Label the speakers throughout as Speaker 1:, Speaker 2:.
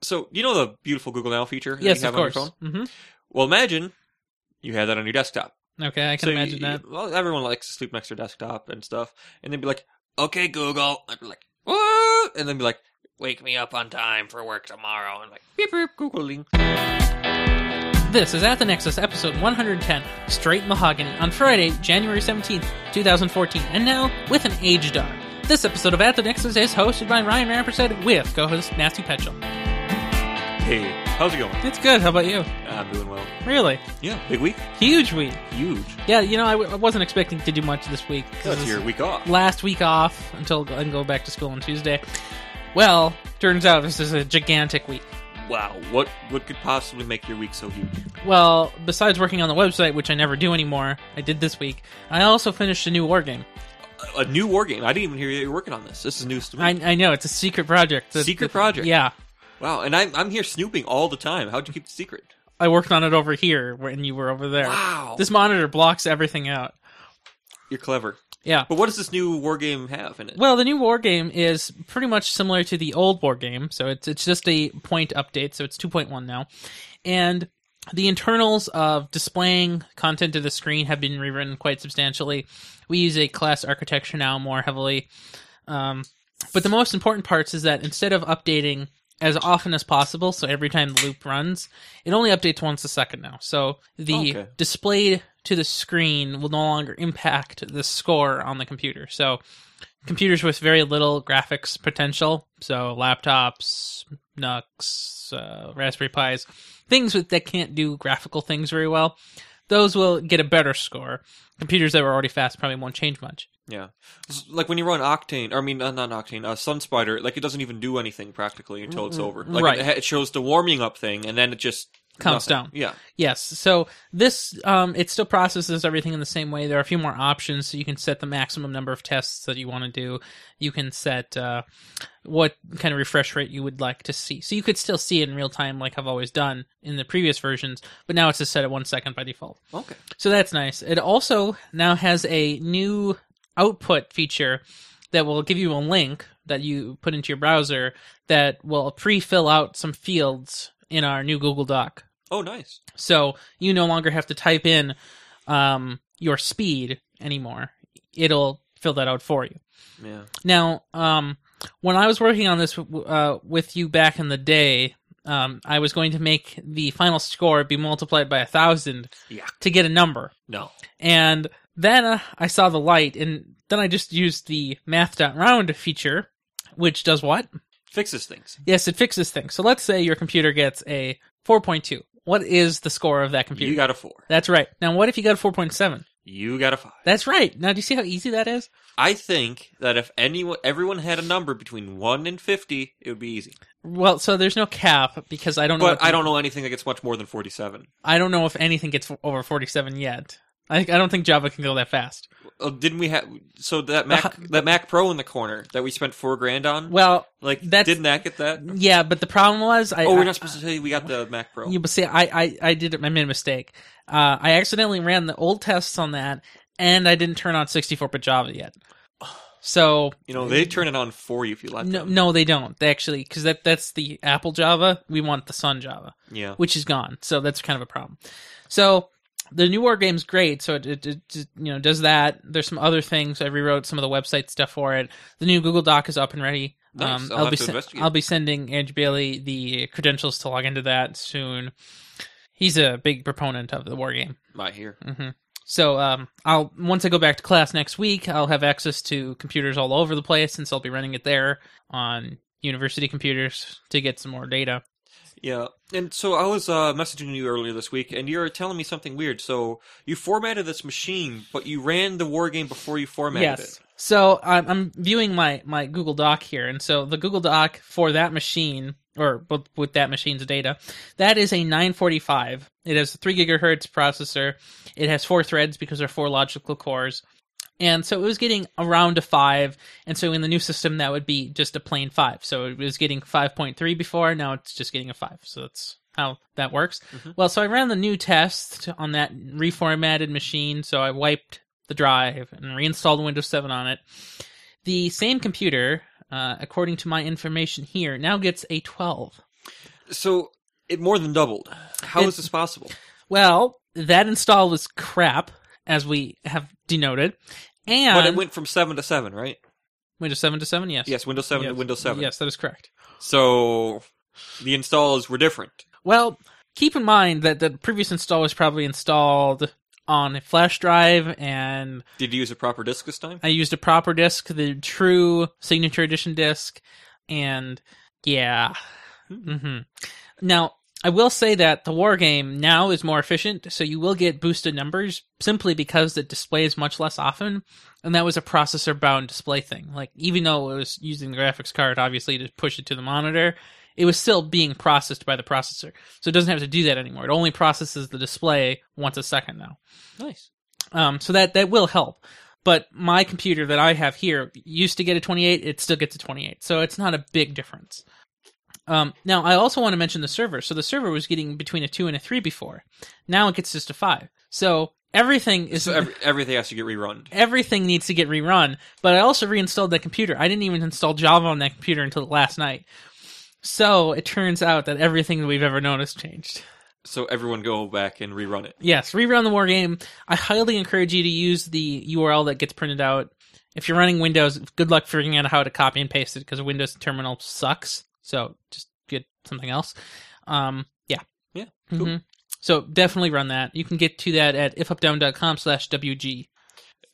Speaker 1: So you know the beautiful Google Now feature that
Speaker 2: yes,
Speaker 1: you have
Speaker 2: of course.
Speaker 1: on your phone.
Speaker 2: hmm
Speaker 1: Well, imagine you had that on your desktop.
Speaker 2: Mm-hmm. Okay, I can
Speaker 1: So
Speaker 2: imagine
Speaker 1: you-
Speaker 2: that.
Speaker 1: Well, everyone likes to sleep next to their desktop and stuff, and they'd be like, "Okay, Google," I'd be like, "Woo!" and then be like, "Wake me up on time for work tomorrow," and like, "Beep beep, googling."
Speaker 2: This is At the Nexus, episode 110, Straight Mahogany, on Friday, January 17th, 2014. And now, with an age dar. This episode of At the Nexus is hosted by Ryan Rampersad with co host Nasty Petchel.
Speaker 1: Hey, how's it going?
Speaker 2: It's good. How about you?
Speaker 1: I'm doing well.
Speaker 2: Really?
Speaker 1: Yeah, big week,
Speaker 2: Huge week.
Speaker 1: huge.
Speaker 2: Yeah, you know, I, w- I wasn't expecting to do much this week. 'cause
Speaker 1: That's
Speaker 2: this
Speaker 1: your week off.
Speaker 2: Last week off until I can go back to school on Tuesday. Well, turns out this is a gigantic week.
Speaker 1: Wow, what what could possibly make your week so huge?
Speaker 2: Well, besides working on the website, which I never do anymore, I did this week, I also finished a new war game.
Speaker 1: A- A new war game. I didn't even hear that you're working on this. This is news to me.
Speaker 2: I, I know it's a secret project. The-
Speaker 1: Secret
Speaker 2: the-
Speaker 1: project?
Speaker 2: Yeah,
Speaker 1: Wow, and I'm I'm here snooping all the time. How'd you keep the secret?
Speaker 2: I worked on it over here when you were over there.
Speaker 1: Wow,
Speaker 2: This monitor blocks everything out.
Speaker 1: you're clever.
Speaker 2: Yeah.
Speaker 1: But what does this new war game have in it?
Speaker 2: Well, the new war game is pretty much similar to the old war game, so it's it's just a point update. So it's two point one now, and the internals of displaying content to the screen have been rewritten quite substantially. We use a class architecture now more heavily, um, but the most important parts is that instead of updating as often as possible, so every time the loop runs, it only updates once a second now. So the
Speaker 1: Okay.
Speaker 2: displayed to the screen will no longer impact the score on the computer. So computers with very little graphics potential, so laptops, NUCs, uh, Raspberry Pis, things with, that can't do graphical things very well, those will get a better score. Computers that were already fast probably won't change much.
Speaker 1: yeah, It's like when you run Octane, or I mean, uh, not Octane, uh, Sun Spider. Like it doesn't even do anything practically until it's over. Like
Speaker 2: Right.
Speaker 1: It, it shows the warming up thing, and then it just
Speaker 2: Counts
Speaker 1: nothing.
Speaker 2: down.
Speaker 1: Yeah,
Speaker 2: Yes, so this um, it still processes everything in the same way. There are a few more options, so you can set the maximum number of tests that you want to do. You can set uh, what kind of refresh rate you would like to see. So you could still see it in real time, like I've always done in the previous versions, but now it's just set at one second by default.
Speaker 1: okay.
Speaker 2: So that's nice. It also now has a new output feature that will give you a link that you put into your browser that will pre fill out some fields in our new Google Doc.
Speaker 1: Oh, nice.
Speaker 2: So you no longer have to type in um, your speed anymore, it'll fill that out for you.
Speaker 1: Yeah.
Speaker 2: Now, um, when I was working on this uh, with you back in the day, um, I was going to make the final score be multiplied by a thousand
Speaker 1: Yeah.
Speaker 2: to get a number
Speaker 1: No.
Speaker 2: and then uh, I saw the light, and then I just used the math.round feature, which does what?
Speaker 1: Fixes things.
Speaker 2: Yes, it fixes things. So let's say your computer gets a 4.2. What is the score of that computer?
Speaker 1: You got a four.
Speaker 2: That's right. Now, what if you got a 4.7?
Speaker 1: You got a five.
Speaker 2: That's right. Now, do you see how easy that is?
Speaker 1: I think that if anyone, everyone had a number between one and fifty, it would be easy.
Speaker 2: Well, so there's no cap because I don't know.
Speaker 1: But
Speaker 2: what-
Speaker 1: I don't know anything that gets much more than forty-seven.
Speaker 2: I don't know if anything gets over 47 yet. I, I don't think Java can go that fast.
Speaker 1: Oh, didn't we have so that Mac that Mac Pro in the corner that we spent four grand on?
Speaker 2: Well,
Speaker 1: like,
Speaker 2: that's-
Speaker 1: didn't that get that?
Speaker 2: yeah, but the problem was I.
Speaker 1: oh,
Speaker 2: I-
Speaker 1: we're not supposed to say we got the Mac Pro.
Speaker 2: Yeah, but see, I, I, I did it. I made a mistake. Uh, I accidentally ran the old tests on that, and I didn't turn on 64-bit Java yet. So
Speaker 1: You know, they turn it on for you if you let
Speaker 2: no,
Speaker 1: them.
Speaker 2: no, they don't. They actually, because that that's the Apple Java. We want the Sun Java,
Speaker 1: Yeah,
Speaker 2: which is gone. So that's kind of a problem. So the new war game's great. So it, it, it just, you know does that. There's some other things. I rewrote some of the website stuff for it. The new Google Doc is up and ready.
Speaker 1: Nice. I'll have
Speaker 2: be
Speaker 1: to
Speaker 2: sen-
Speaker 1: investigate.
Speaker 2: I'll be sending Edge Bailey the credentials to log into that soon. He's a big proponent of the war game.
Speaker 1: right here.
Speaker 2: hmm So um, I'll once I go back to class next week, I'll have access to computers all over the place since I'll be running it there on university computers to get some more data.
Speaker 1: Yeah, and so I was uh, messaging you earlier this week, and you were telling me something weird. So you formatted this machine, but you ran the war game before you formatted it.
Speaker 2: So I'm, I'm viewing my my Google Doc here, and so the Google Doc for that machine or with, with that machine's data, that is a 945. It has a three gigahertz processor. It has four threads because there are four logical cores. And so it was getting around a five, and so in the new system that would be just a plain five. So it was getting five point three before, now it's just getting a five. So that's how that works.
Speaker 1: Mhm.
Speaker 2: Well, so I ran the new test on that reformatted machine. So I wiped the drive and reinstalled Windows 7 on it. The same computer, uh, according to my information here, now gets a 12.
Speaker 1: So it more than doubled. How is
Speaker 2: It-
Speaker 1: this possible?
Speaker 2: Well, that install was crap, as we have denoted. And
Speaker 1: but it went from seven to seven, right?
Speaker 2: Windows 7 to 7, yes.
Speaker 1: Yes, Windows seven
Speaker 2: Yes.
Speaker 1: to Windows seven.
Speaker 2: Yes, that is correct.
Speaker 1: So the installs were different.
Speaker 2: Well, keep in mind that the previous install was probably installed on a flash drive, and
Speaker 1: Did you use a proper disk this time?
Speaker 2: I used a proper disk, the true Signature Edition disk, and yeah. hmm Now, I will say that the war game now is more efficient, so you will get boosted numbers simply because it displays much less often, and that was a processor bound display thing. Like, even though it was using the graphics card, obviously, to push it to the monitor, it was still being processed by the processor. So it doesn't have to do that anymore. It only processes the display once a second now.
Speaker 1: Nice.
Speaker 2: Um, so that that will help. But my computer that I have here used to get a 28, it still gets a 28. So it's not a big difference. Um, now I also want to mention the server. So the server was getting between a two and a three before. Now it gets just a five. So everything is
Speaker 1: So every, everything has to get rerun.
Speaker 2: everything needs to get rerun. But I also reinstalled that computer. I didn't even install Java on that computer until last night. So it turns out that everything that we've ever known has changed.
Speaker 1: So everyone go back and rerun it.
Speaker 2: Yes, rerun the war game. I highly encourage you to use the URL that gets printed out. If you're running Windows, good luck figuring out how to copy and paste it because Windows terminal sucks. So just get something else. Um, yeah.
Speaker 1: Yeah,
Speaker 2: Mhm.
Speaker 1: cool.
Speaker 2: So definitely run that. You can get to that at ifupdown.com slash WG.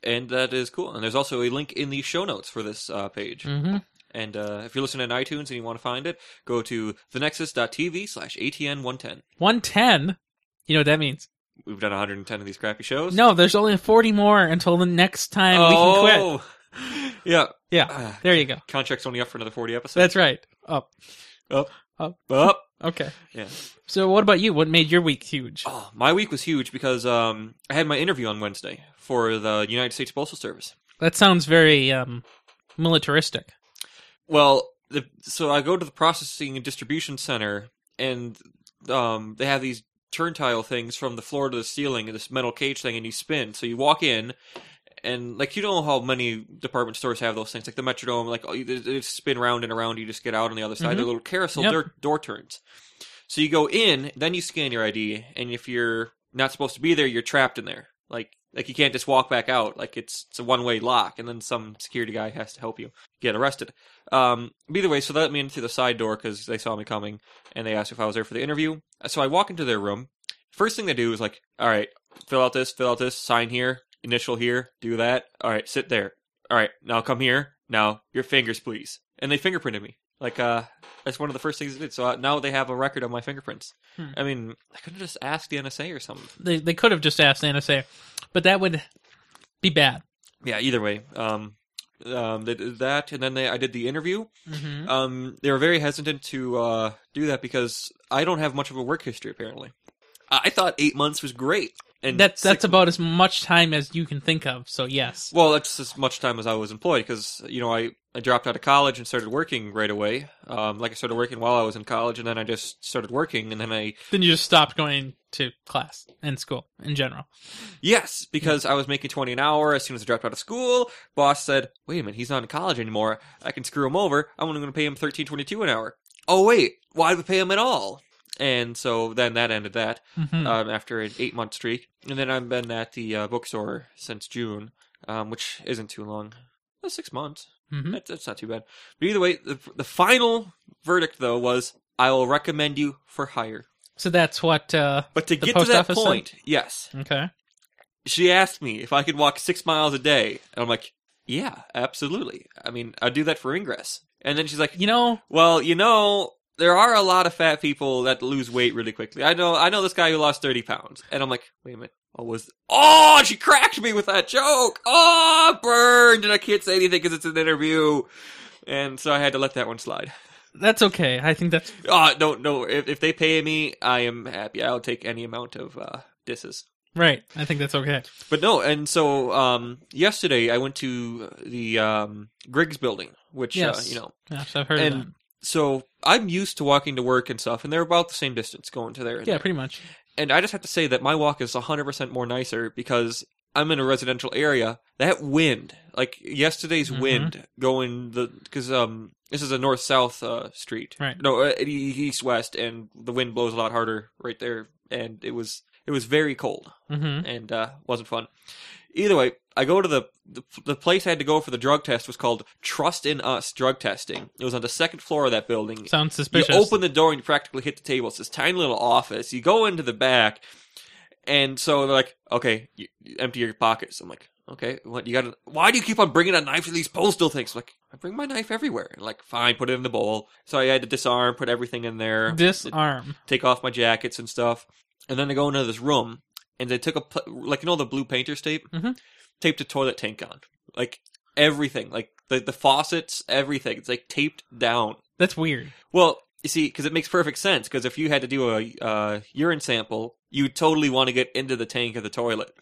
Speaker 1: And that is cool. And there's also a link in the show notes for this uh, page.
Speaker 2: hmm
Speaker 1: And uh, if you're listening on iTunes and you want to find it, go to thenexus.tv slash ATN110.
Speaker 2: 110. You know what that means.
Speaker 1: We've done 110 of these crappy shows.
Speaker 2: No, there's only 40 more until the next time we can quit.
Speaker 1: oh, yeah.
Speaker 2: Yeah.
Speaker 1: Ah,
Speaker 2: There you go.
Speaker 1: contract's only up for another 40 episodes.
Speaker 2: That's right. Up.
Speaker 1: Up.
Speaker 2: Okay.
Speaker 1: Yeah.
Speaker 2: So what about you? What made your week huge?
Speaker 1: Oh, my week was huge because um, I had my interview on Wednesday for the United States Postal Service.
Speaker 2: That sounds very um, militaristic.
Speaker 1: Well, the, so I go to the processing and distribution center, and um, they have these turntile things from the floor to the ceiling, and this metal cage thing, and you spin. So you walk in, and like you know how many department stores have those things, like the Metrodome, like oh, you- they they just spin round and around. You just get out on the other side.
Speaker 2: Mhm.
Speaker 1: They're little carousel
Speaker 2: Yep.
Speaker 1: door, door turns. So you go in, then you scan your ID, and if you're not supposed to be there, you're trapped in there. Like like you can't just walk back out. Like it's it's a one way lock, and then some security guy has to help you get arrested. Um, but either way, so they let me in through the side door because they saw me coming, and they asked if I was there for the interview. So I walk into their room. First thing they do is like, all right, fill out this, fill out this, sign here, initial here, do that. All right, sit there. All right, now come here. Now your fingers, please. And they fingerprinted me. Like uh, that's one of the first things they did. So uh, now they have a record of my fingerprints.
Speaker 2: Hmm.
Speaker 1: I mean, I could have just asked the NSA or something.
Speaker 2: They they could have just asked the NSA, but that would be bad.
Speaker 1: Yeah, either way. Um, um, they did that, and then they I did the interview.
Speaker 2: Mm-hmm.
Speaker 1: Um, they were very hesitant to uh, do that because I don't have much of a work history. Apparently, I I thought eight months was great, and
Speaker 2: That's
Speaker 1: six-
Speaker 2: that's about as much time as you can think of. So yes,
Speaker 1: well, that's as much time as I was employed because you know I, I dropped out of college and started working right away. Um, like I started working while I was in college, and then I just started working, and then I
Speaker 2: then you just stopped going to class and school in general.
Speaker 1: Yes, because
Speaker 2: Mm-hmm.
Speaker 1: I was making 20 an hour as soon as I dropped out of school. Boss said, "Wait a minute, he's not in college anymore. I can screw him over. I'm only going to pay him 13.22 an hour." Oh wait, why do we pay him at all? And so then that ended that
Speaker 2: hmm
Speaker 1: um, after an eight month streak. And then I've been at the uh, bookstore since June, um, which isn't too long. That's six months.
Speaker 2: hmm
Speaker 1: That's, that's not too bad. But either way, the, the final verdict though was, "I will recommend you for hire."
Speaker 2: So that's what. Uh,
Speaker 1: But to
Speaker 2: The
Speaker 1: get to
Speaker 2: post
Speaker 1: that
Speaker 2: office said-
Speaker 1: point, yes,
Speaker 2: okay.
Speaker 1: she asked me if I could walk six miles a day. And I'm like, yeah, absolutely. I mean, I'd do that for ingress. And then she's like,
Speaker 2: You know,
Speaker 1: well, you know, there are a lot of fat people that lose weight really quickly. I know, I know this guy who lost 30 pounds. And I'm like, wait a minute. Oh, was, oh, she cracked me with that joke. Oh, I'm burned. And I can't say anything because it's an interview. And so I had to let that one slide.
Speaker 2: that's okay. I think that's
Speaker 1: Uh, no, no. If, if they pay me, I am happy. I'll take any amount of, uh, disses.
Speaker 2: right. I think that's okay.
Speaker 1: But no, and so um, yesterday I went to the um, Griggs building, which
Speaker 2: Yes.
Speaker 1: uh, you know.
Speaker 2: Yes, I've heard of
Speaker 1: And So I'm used to walking to work and stuff, and they're about the same distance going to there.
Speaker 2: that.
Speaker 1: And,
Speaker 2: Yeah,
Speaker 1: there.
Speaker 2: pretty much.
Speaker 1: and I just have to say that my walk is 100% more nicer because I'm in a residential area. That wind, like yesterday's
Speaker 2: Mhm.
Speaker 1: wind going the because um This is a north south uh, street.
Speaker 2: Right.
Speaker 1: No, uh, east west, and the wind blows a lot harder right there. And it was it was very cold
Speaker 2: Mm-hmm.
Speaker 1: and uh, wasn't fun. Either way, I go to the, the the place I had to go for the drug test was called Trust in Us Drug Testing. It was on the second floor of that building.
Speaker 2: Sounds suspicious.
Speaker 1: You open the door and you practically hit the table. It's this tiny little office. You go into the back, and so they're like, "Okay, you, you empty your pockets." I'm like, "Okay, what you got? to Why do you keep on bringing a knife to these postal things?" like, I bring my knife everywhere. And like, fine, put it in the bowl. So I had to disarm, put everything in there,
Speaker 2: Disarm.
Speaker 1: take off my jackets and stuff, and then they go into this room and they took a pl- like you know the blue painter's tape,
Speaker 2: Mhm.
Speaker 1: taped a toilet tank on, like everything, like the the faucets, everything. It's like taped down.
Speaker 2: That's weird.
Speaker 1: Well, you see, because it makes perfect sense. Because if you had to do a uh, urine sample, you totally want to get into the tank of the toilet.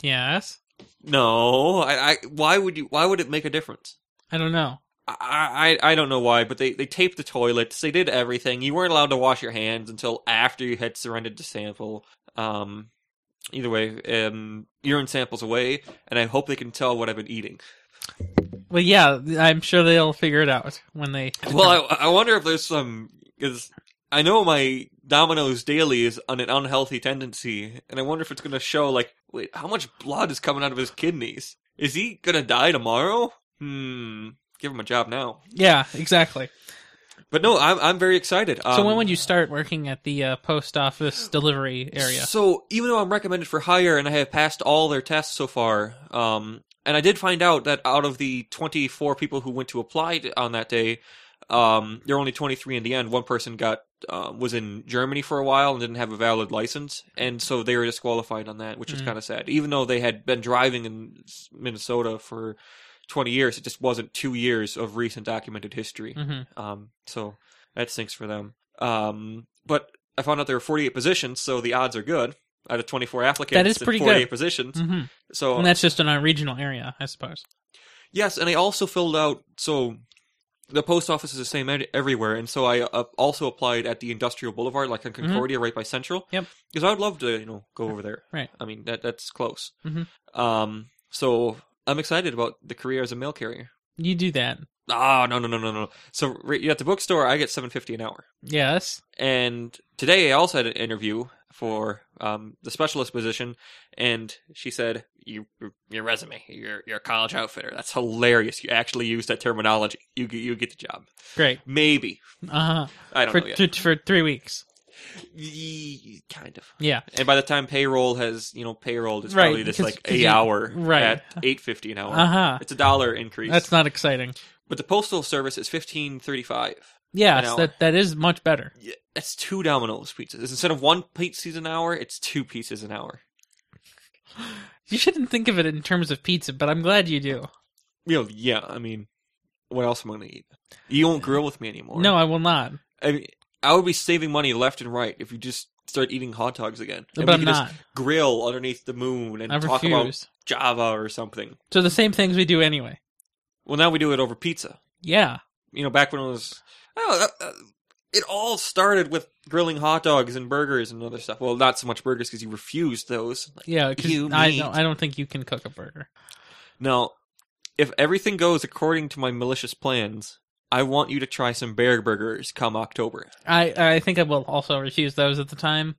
Speaker 2: Yes.
Speaker 1: No, I, I why would you? Why would it make a difference?
Speaker 2: I don't know.
Speaker 1: I, I I don't know why, but they they taped the toilets. They did everything. You weren't allowed to wash your hands until after you had surrendered the sample. Um, either way, um, urine samples away, and I hope they can tell what I've been eating.
Speaker 2: Well, yeah, I'm sure they'll figure it out when they.
Speaker 1: Well, I, I wonder if there's some because I know my Domino's daily is on an unhealthy tendency, and I wonder if it's going to show like, wait, how much blood is coming out of his kidneys? Is he going to die tomorrow? Hmm. Give him a job now.
Speaker 2: yeah, exactly.
Speaker 1: But no, I'm I'm very excited. Um,
Speaker 2: So when would you start working at the uh, post office delivery area?
Speaker 1: So even though I'm recommended for hire and I have passed all their tests so far, um, and I did find out that out of the 24 people who went to apply t- on that day, um, there were only 23 in the end. One person got uh, was in Germany for a while and didn't have a valid license, and so they were disqualified on that, which is
Speaker 2: Mm.
Speaker 1: kind of sad. Even though they had been driving in s- Minnesota for 20 years, it just wasn't two years of recent documented history.
Speaker 2: hmm
Speaker 1: Um, so that stinks for them. Um, but I found out there were 48 positions, so the odds are good out of 24 applicants.
Speaker 2: That is
Speaker 1: and
Speaker 2: pretty
Speaker 1: 48
Speaker 2: good.
Speaker 1: positions.
Speaker 2: hmm
Speaker 1: So
Speaker 2: And that's just in our regional area, I suppose.
Speaker 1: yes, and I also filled out so. The post office is the same ed- everywhere, and so I uh, also applied at the Industrial Boulevard, like on Concordia, right by Central.
Speaker 2: Mm-hmm. Yep.
Speaker 1: Because I would love to, you know, go over there.
Speaker 2: Right.
Speaker 1: I mean, that that's close.
Speaker 2: Mhm.
Speaker 1: Um. So I'm excited about the career as a mail carrier.
Speaker 2: You do that.
Speaker 1: Ah, no, no, no, no, no. So right, at the bookstore, I get seven fifty an hour.
Speaker 2: Yes.
Speaker 1: And today I also had an interview for um, the specialist position, and she said, "You, your resume, you're, you're a college outfitter. That's hilarious. You actually use that terminology. You, get- you get the job.
Speaker 2: Great.
Speaker 1: Maybe
Speaker 2: Uh
Speaker 1: I
Speaker 2: huh.
Speaker 1: don't
Speaker 2: For,
Speaker 1: know yet.
Speaker 2: th- for three weeks.
Speaker 1: Ye- kind of.
Speaker 2: Yeah.
Speaker 1: And by the time payroll has, you know, payroll is
Speaker 2: Right,
Speaker 1: probably this
Speaker 2: because-
Speaker 1: like
Speaker 2: because
Speaker 1: a
Speaker 2: you-
Speaker 1: hour
Speaker 2: right.
Speaker 1: at eight fifty an hour.
Speaker 2: Uh huh.
Speaker 1: It's a dollar increase.
Speaker 2: That's not exciting.
Speaker 1: but the postal service is fifteen thirty five.
Speaker 2: Yes,
Speaker 1: hour.
Speaker 2: that that is much better.
Speaker 1: That's two Domino's pizzas. Instead of one pizza an hour, it's two pizzas an hour.
Speaker 2: You shouldn't think of it in terms of pizza, but I'm glad you do.
Speaker 1: you know, yeah, I mean, what else am I going to eat? You won't grill with me anymore.
Speaker 2: No, I will not.
Speaker 1: I mean, I would be saving money left and right if you just start eating hot dogs again. And
Speaker 2: but
Speaker 1: we
Speaker 2: I'm
Speaker 1: could just
Speaker 2: not.
Speaker 1: grill underneath the moon and
Speaker 2: I
Speaker 1: talk about
Speaker 2: refuse.
Speaker 1: Java or something.
Speaker 2: So the same things we do anyway.
Speaker 1: Well, now we do it over pizza.
Speaker 2: Yeah.
Speaker 1: You know, back when it was, oh, that, that- it all started with grilling hot dogs and burgers and other stuff. Well, not so much burgers because you refused those. Like,
Speaker 2: Yeah, 'cause
Speaker 1: You
Speaker 2: I
Speaker 1: mean-
Speaker 2: don't, I don't think you can cook a burger.
Speaker 1: now, if everything goes according to my malicious plans, I want you to try some bear burgers come October.
Speaker 2: I I think I will also refuse those at the time.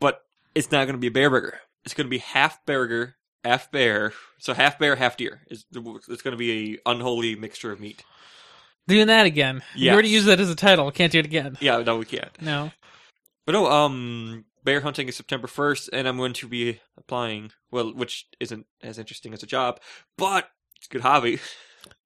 Speaker 1: but it's not going to be a bear burger. It's going to be half burger, half bear. So half bear, half deer. It's, it's going to be a unholy mixture of meat.
Speaker 2: Doing that again. You
Speaker 1: Yes.
Speaker 2: already used that as a title. Can't do it again.
Speaker 1: Yeah, no, we can't.
Speaker 2: No.
Speaker 1: But no, um, bear hunting is September first, and I'm going to be applying. Well, which isn't as interesting as a job, but it's a good hobby.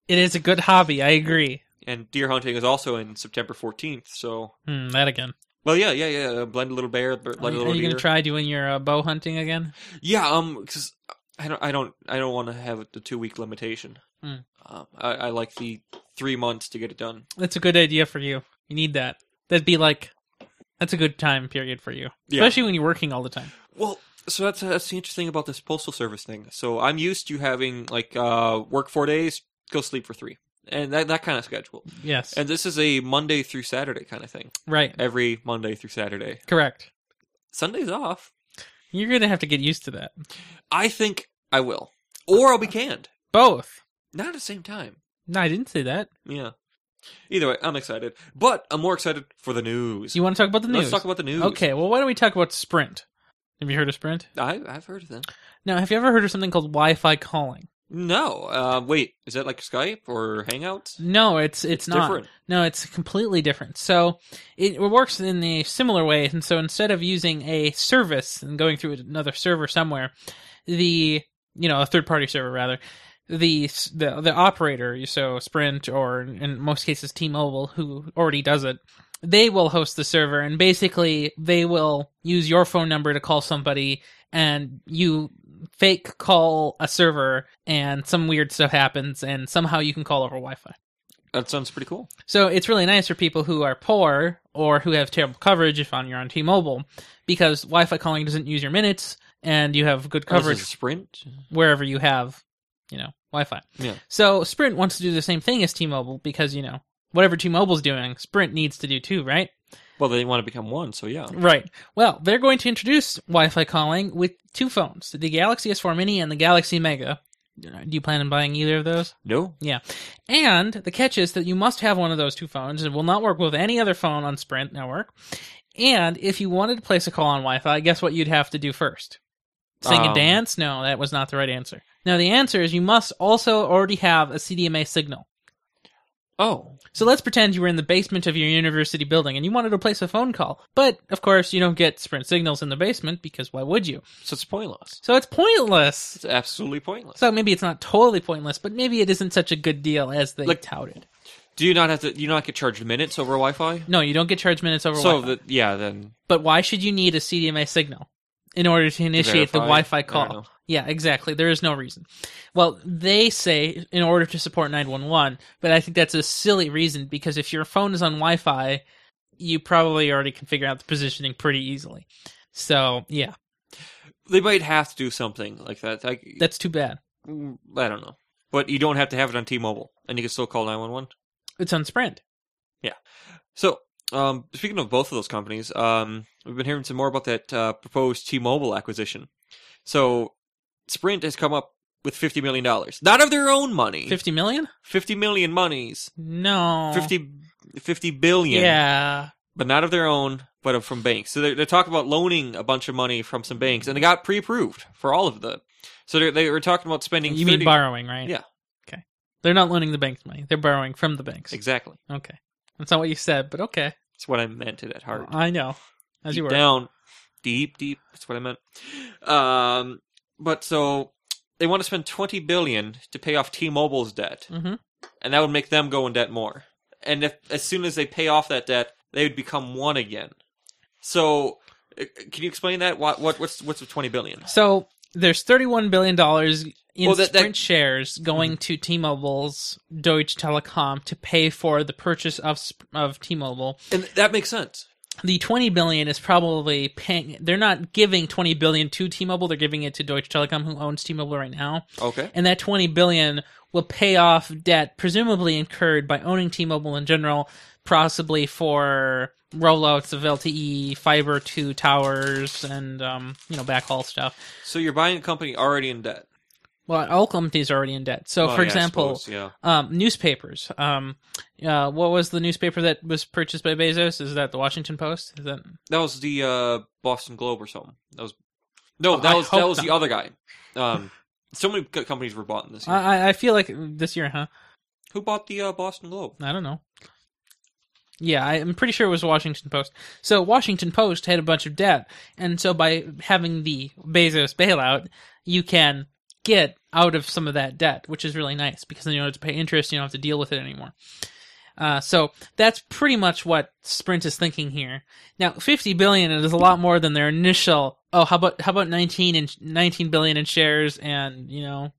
Speaker 2: It is a good hobby. I agree.
Speaker 1: And deer hunting is also in September fourteenth. So,
Speaker 2: Hmm, that again.
Speaker 1: well, yeah, yeah, yeah. uh, Blend a little bear, blend
Speaker 2: Are
Speaker 1: a
Speaker 2: you,
Speaker 1: little deer.
Speaker 2: going to try doing your uh, bow hunting again?
Speaker 1: Yeah, um, 'cause I don't, I don't, I don't want to have the two week limitation.
Speaker 2: Hmm.
Speaker 1: Um, I, I like the three months to get it done.
Speaker 2: That's a good idea for you. You need that. That'd be like, that's a good time period for you,
Speaker 1: Yeah.
Speaker 2: especially when you're working all the time.
Speaker 1: Well, so that's that's the interesting about this postal service thing. So I'm used to having like uh, work four days, go sleep for three, and that that kind of schedule.
Speaker 2: Yes.
Speaker 1: And this is a Monday through Saturday kind of thing.
Speaker 2: right.
Speaker 1: Every Monday through Saturday,
Speaker 2: Correct.
Speaker 1: Sundays off.
Speaker 2: You're going to have to get used to that.
Speaker 1: I think I will, or I'll be canned.
Speaker 2: Both.
Speaker 1: Not at the same time.
Speaker 2: No, I didn't say that.
Speaker 1: Yeah. Either way, I'm excited, but I'm more excited for the news.
Speaker 2: You want to talk about the news?
Speaker 1: Let's talk about the news.
Speaker 2: Okay, well, why don't we talk about Sprint? Have you heard of Sprint?
Speaker 1: I, I've heard of them.
Speaker 2: Now, have you ever heard of something called Wi-Fi calling?
Speaker 1: No, uh, wait, is that like Skype or Hangouts?
Speaker 2: No, it's it's, not.
Speaker 1: different.
Speaker 2: No, it's completely different. So it works in a similar way, and so instead of using a service and going through another server somewhere, the you know a third party server rather, the s- the the operator, so Sprint or in most cases T-Mobile, who already does it, they will host the server, and basically they will use your phone number to call somebody, and you fake call a server, and some weird stuff happens, and somehow you can call over Wi-Fi.
Speaker 1: That sounds pretty cool.
Speaker 2: So it's really nice for people who are poor or who have terrible coverage if on you're on T-Mobile, because Wi-Fi calling doesn't use your minutes, and you have good
Speaker 1: Unless it's
Speaker 2: coverage
Speaker 1: a Sprint.
Speaker 2: wherever you have, you know, Wi-Fi.
Speaker 1: Yeah.
Speaker 2: So Sprint wants to do the same thing as T-Mobile because you know whatever T-Mobile's doing, Sprint needs to do too, right?
Speaker 1: Well, they want to become one, so yeah.
Speaker 2: Right. Well, they're going to introduce Wi-Fi calling with two phones: the Galaxy S4 Mini and the Galaxy Mega. Do you plan on buying either of those?
Speaker 1: No,
Speaker 2: And the catch is that you must have one of those two phones. It will not work with any other phone on Sprint network. And if you wanted to place a call on Wi-Fi, guess what you'd have to do first? Sing
Speaker 1: Um.
Speaker 2: and dance? No, that was not the right answer. No, the answer is you must also already have a CDMA signal.
Speaker 1: Oh,
Speaker 2: So let's pretend you were in the basement of your university building and you wanted to place a phone call. But of course, you don't get Sprint signals in the basement because why would you?
Speaker 1: so it's pointless.
Speaker 2: So it's pointless.
Speaker 1: It's absolutely pointless.
Speaker 2: So maybe it's not totally pointless, but maybe it isn't such a good deal as they
Speaker 1: Like-
Speaker 2: touted.
Speaker 1: Do you not have to? You not get charged minutes over Wi-Fi?
Speaker 2: No, you don't get charged minutes over
Speaker 1: so
Speaker 2: Wi-Fi.
Speaker 1: that yeah, then
Speaker 2: But why should you need a CDMA signal in order to initiate the
Speaker 1: verify?
Speaker 2: Wi-Fi
Speaker 1: I don't
Speaker 2: call?
Speaker 1: know.
Speaker 2: Yeah, exactly. There is no reason. Well, they say in order to support 911, but I think that's a silly reason because if your phone is on Wi-Fi, you probably already can figure out the positioning pretty easily. So, yeah,
Speaker 1: they might have to do something like that. I,
Speaker 2: that's too bad.
Speaker 1: Mm, I don't know, but you don't have to have it on T-Mobile, and you can still call nine one one.
Speaker 2: It's on Sprint.
Speaker 1: So, um, speaking of both of those companies, um, we've been hearing some more about that uh, proposed T-Mobile acquisition. So, Sprint has come up with fifty million dollars, not of their own money,
Speaker 2: 50 million?
Speaker 1: fifty million monies,
Speaker 2: No.
Speaker 1: 50, 50 billion.
Speaker 2: Yeah.
Speaker 1: but not of their own, but of- from banks. So they're, they're talking about loaning a bunch of money from some banks, and they got pre-approved for all of the. So they're, they were talking about spending.
Speaker 2: You mean
Speaker 1: 30
Speaker 2: borrowing, right?
Speaker 1: Yeah.
Speaker 2: Okay. They're not loaning the banks money. They're borrowing from the banks.
Speaker 1: Exactly.
Speaker 2: Okay. That's not what you said, but okay.
Speaker 1: That's what I meant it at heart.
Speaker 2: I know. As
Speaker 1: deep
Speaker 2: you were.
Speaker 1: down, deep, deep. That's what I meant. Um, but so they want to spend twenty billion to pay off T-Mobile's debt,
Speaker 2: hmm
Speaker 1: and that would make them go in debt more. And if as soon as they pay off that debt, they would become one again. So, uh, can you explain that? What, what what's what's with twenty billion?
Speaker 2: So there's $31 billion in
Speaker 1: Well, that- Mm-hmm. that-
Speaker 2: Sprint shares going to T-Mobile's Deutsche Telekom to pay for the purchase of Sp- of T-Mobile.
Speaker 1: And that makes sense.
Speaker 2: The 20 billion is probably paying they're not giving 20 billion to T-Mobile, they're giving it to Deutsche Telekom who owns T-Mobile right now.
Speaker 1: Okay.
Speaker 2: And that 20 billion will pay off debt presumably incurred by owning T-Mobile in general, possibly for rollouts of LTE, fiber to towers and um, you know, backhaul stuff.
Speaker 1: So you're buying a company already in debt.
Speaker 2: Well, all companies are already in debt. So,
Speaker 1: Oh, yeah,
Speaker 2: for
Speaker 1: I
Speaker 2: example,
Speaker 1: suppose, yeah.
Speaker 2: um, newspapers. Um, uh, what was the newspaper that was purchased by Bezos? Is that the Washington Post? Is that
Speaker 1: That was the uh, Boston Globe or something. That was no,
Speaker 2: Oh,
Speaker 1: that
Speaker 2: I
Speaker 1: was that
Speaker 2: hope
Speaker 1: was the
Speaker 2: not.
Speaker 1: other guy. Um, so many co- companies were bought in this. Year.
Speaker 2: I, I- I feel like this year, huh?
Speaker 1: Who bought the uh, Boston Globe?
Speaker 2: I don't know. Yeah, I- I'm pretty sure it was Washington Post. So Washington Post had a bunch of debt, and so by having the Bezos bailout, you can get out of some of that debt, which is really nice because then you don't have to pay interest, you don't have to deal with it anymore. Uh, so that's pretty much what Sprint is thinking here. Now, 50 billion is a lot more than their initial. Oh, how about how about 19 and 19 billion in shares, and you know.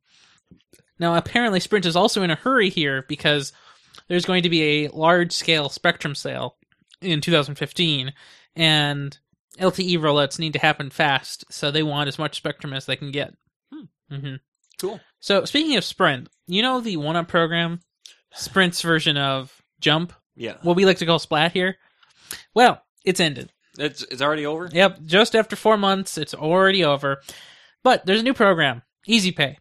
Speaker 2: Now, apparently, Sprint is also in a hurry here because there's going to be a large scale spectrum sale in 2015 and LTE rollouts need to happen fast so they want as much spectrum as they can get. hmm
Speaker 1: Cool.
Speaker 2: So speaking of Sprint, you know the one up program, Sprint's version of Jump,
Speaker 1: Yeah,
Speaker 2: what we like to call Splat here. Well, it's ended.
Speaker 1: it's it's already over.
Speaker 2: Yep, just after 4 months, it's already over. But there's a new program, Easy Pay.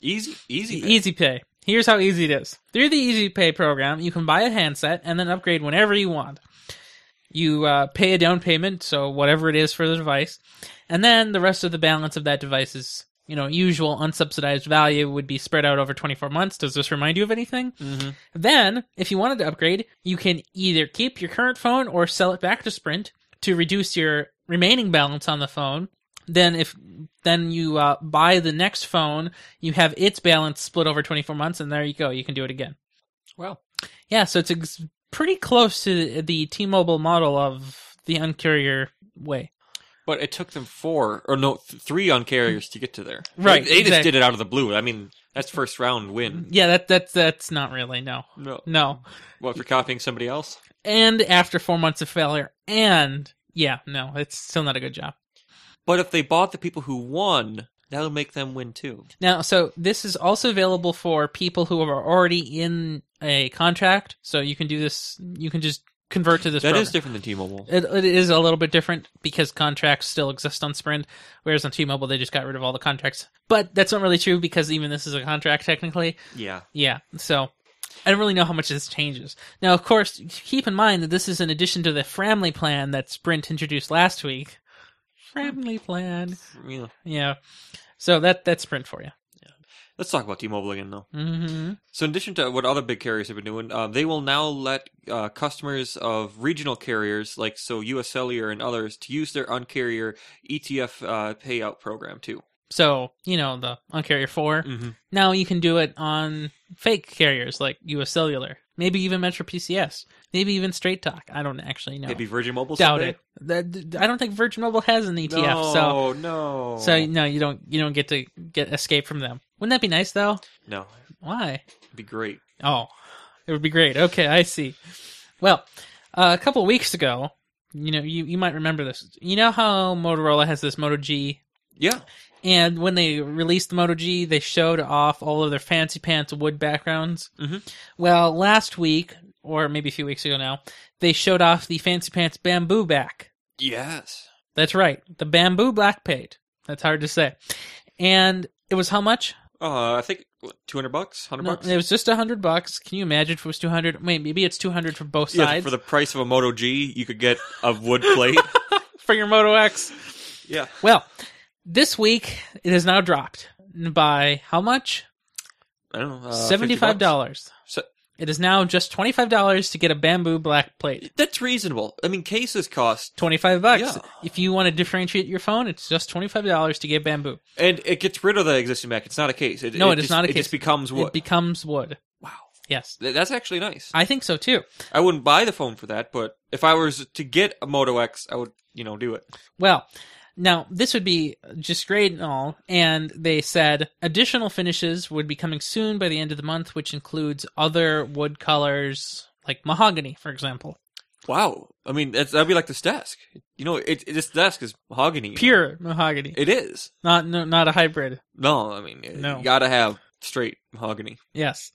Speaker 2: E-,
Speaker 1: Easy, easy, pay.
Speaker 2: Easy Pay. Here's how easy it is. Through the Easy Pay program, you can buy a handset and then upgrade whenever you want. You uh, pay a down payment, so whatever it is for the device, and then the rest of the balance of that device's you know usual unsubsidized value would be spread out over 24 months. Does this remind you of anything?
Speaker 1: Mm-hmm.
Speaker 2: Then, if you wanted to upgrade, you can either keep your current phone or sell it back to Sprint to reduce your remaining balance on the phone. Then, if then you uh, buy the next phone, you have its balance split over 24 months, and there you go. You can do it again.
Speaker 1: Wow.
Speaker 2: Yeah, so it's ex- pretty close to the T-Mobile model of the uncarrier way.
Speaker 1: But it took them four or no th- three on carriers to get to there.
Speaker 2: Right,
Speaker 1: They, they just
Speaker 2: exactly.
Speaker 1: did it out of the blue. I mean, that's first round win.
Speaker 2: Yeah, that that's that's not really no,
Speaker 1: No.
Speaker 2: no.
Speaker 1: What for copying somebody else?
Speaker 2: And after four months of failure, and yeah, no, it's still not a good job.
Speaker 1: But if they bought the people who won, that'll make them win too.
Speaker 2: Now, so this is also available for people who are already in a contract. So you can do this. You can just convert to this.
Speaker 1: That
Speaker 2: program.
Speaker 1: is different than T-Mobile.
Speaker 2: It, it is a little bit different because contracts still exist on Sprint, whereas on T-Mobile they just got rid of all the contracts. But that's not really true because even this is a contract technically.
Speaker 1: Yeah.
Speaker 2: Yeah. So I don't really know how much this changes. Now, of course, keep in mind that this is in addition to the family plan that Sprint introduced last week. Family plan.
Speaker 1: yeah.
Speaker 2: Yeah. So that that's Sprint for you.
Speaker 1: Let's talk about T-Mobile again though.
Speaker 2: hmm
Speaker 1: So, in addition to what other big carriers have been doing, uh, they will now let uh, customers of regional carriers, like so U.S. Cellular and others, to use their uncarrier ETF uh, payout program too.
Speaker 2: So, you know, the on carrier 4.
Speaker 1: Mm-hmm.
Speaker 2: Now you can do it on fake carriers like US Cellular, maybe even Metro PCS, maybe even Straight Talk. I don't actually know.
Speaker 1: Maybe Virgin Mobile.
Speaker 2: Doubt
Speaker 1: someday?
Speaker 2: it. That- I don't think Virgin Mobile has an ETF, E
Speaker 1: No,
Speaker 2: so
Speaker 1: no,
Speaker 2: so no, you don't you don't get to get escape from them. Wouldn't that be nice though?
Speaker 1: no,
Speaker 2: Why?
Speaker 1: it'd be great.
Speaker 2: Oh, it would be great. Okay, I see. Well, uh, a couple of weeks ago, you know, you, you might remember this. You know how Motorola has this Moto G
Speaker 1: Yeah,
Speaker 2: And when they released the Moto G, they showed off all of their fancy pants wood backgrounds.
Speaker 1: Mhm.
Speaker 2: Well, last week, or maybe a few weeks ago now, they showed off the fancy pants bamboo back.
Speaker 1: yes,
Speaker 2: That's right, the bamboo black paint. That's hard to say. And it was how much?
Speaker 1: uh, I think two hundred bucks, hundred
Speaker 2: No,
Speaker 1: bucks.
Speaker 2: it was just a hundred bucks. Can you imagine if it was two hundred? Wait, maybe it's two hundred for both
Speaker 1: yeah,
Speaker 2: sides
Speaker 1: for the price of a Moto G, you could get a wood plate.
Speaker 2: for your Moto X.
Speaker 1: yeah,
Speaker 2: Well, this week it is now dropped by how much?
Speaker 1: I don't know, uh, 50
Speaker 2: Seventy-five
Speaker 1: bucks?
Speaker 2: dollars.
Speaker 1: So-
Speaker 2: it is now just twenty-five dollars to get a bamboo black plate.
Speaker 1: That's reasonable. I mean, cases cost
Speaker 2: Twenty-five bucks.
Speaker 1: Yeah.
Speaker 2: If you want to differentiate your phone, it's just twenty-five dollars to get bamboo.
Speaker 1: And it gets rid of the existing Mac. It's not a case. It,
Speaker 2: No, it is
Speaker 1: just,
Speaker 2: not a
Speaker 1: It
Speaker 2: case.
Speaker 1: just becomes
Speaker 2: It
Speaker 1: what?
Speaker 2: becomes wood.
Speaker 1: wow,
Speaker 2: Yes,
Speaker 1: Th- that's actually nice.
Speaker 2: I think so too.
Speaker 1: I wouldn't buy the phone for that, but if I was to get a Moto X, I would, you know, do it.
Speaker 2: Well, now this would be just great and all. And they said additional finishes would be coming soon by the end of the month, which includes other wood colors like mahogany, for example.
Speaker 1: Wow. I mean, that's, that'd be like this desk. You know, it, it- this desk is mahogany. you know.
Speaker 2: Pure mahogany,
Speaker 1: It is.
Speaker 2: not no, not a hybrid.
Speaker 1: No, I mean, it-
Speaker 2: No.
Speaker 1: you gotta have straight mahogany.
Speaker 2: Yes.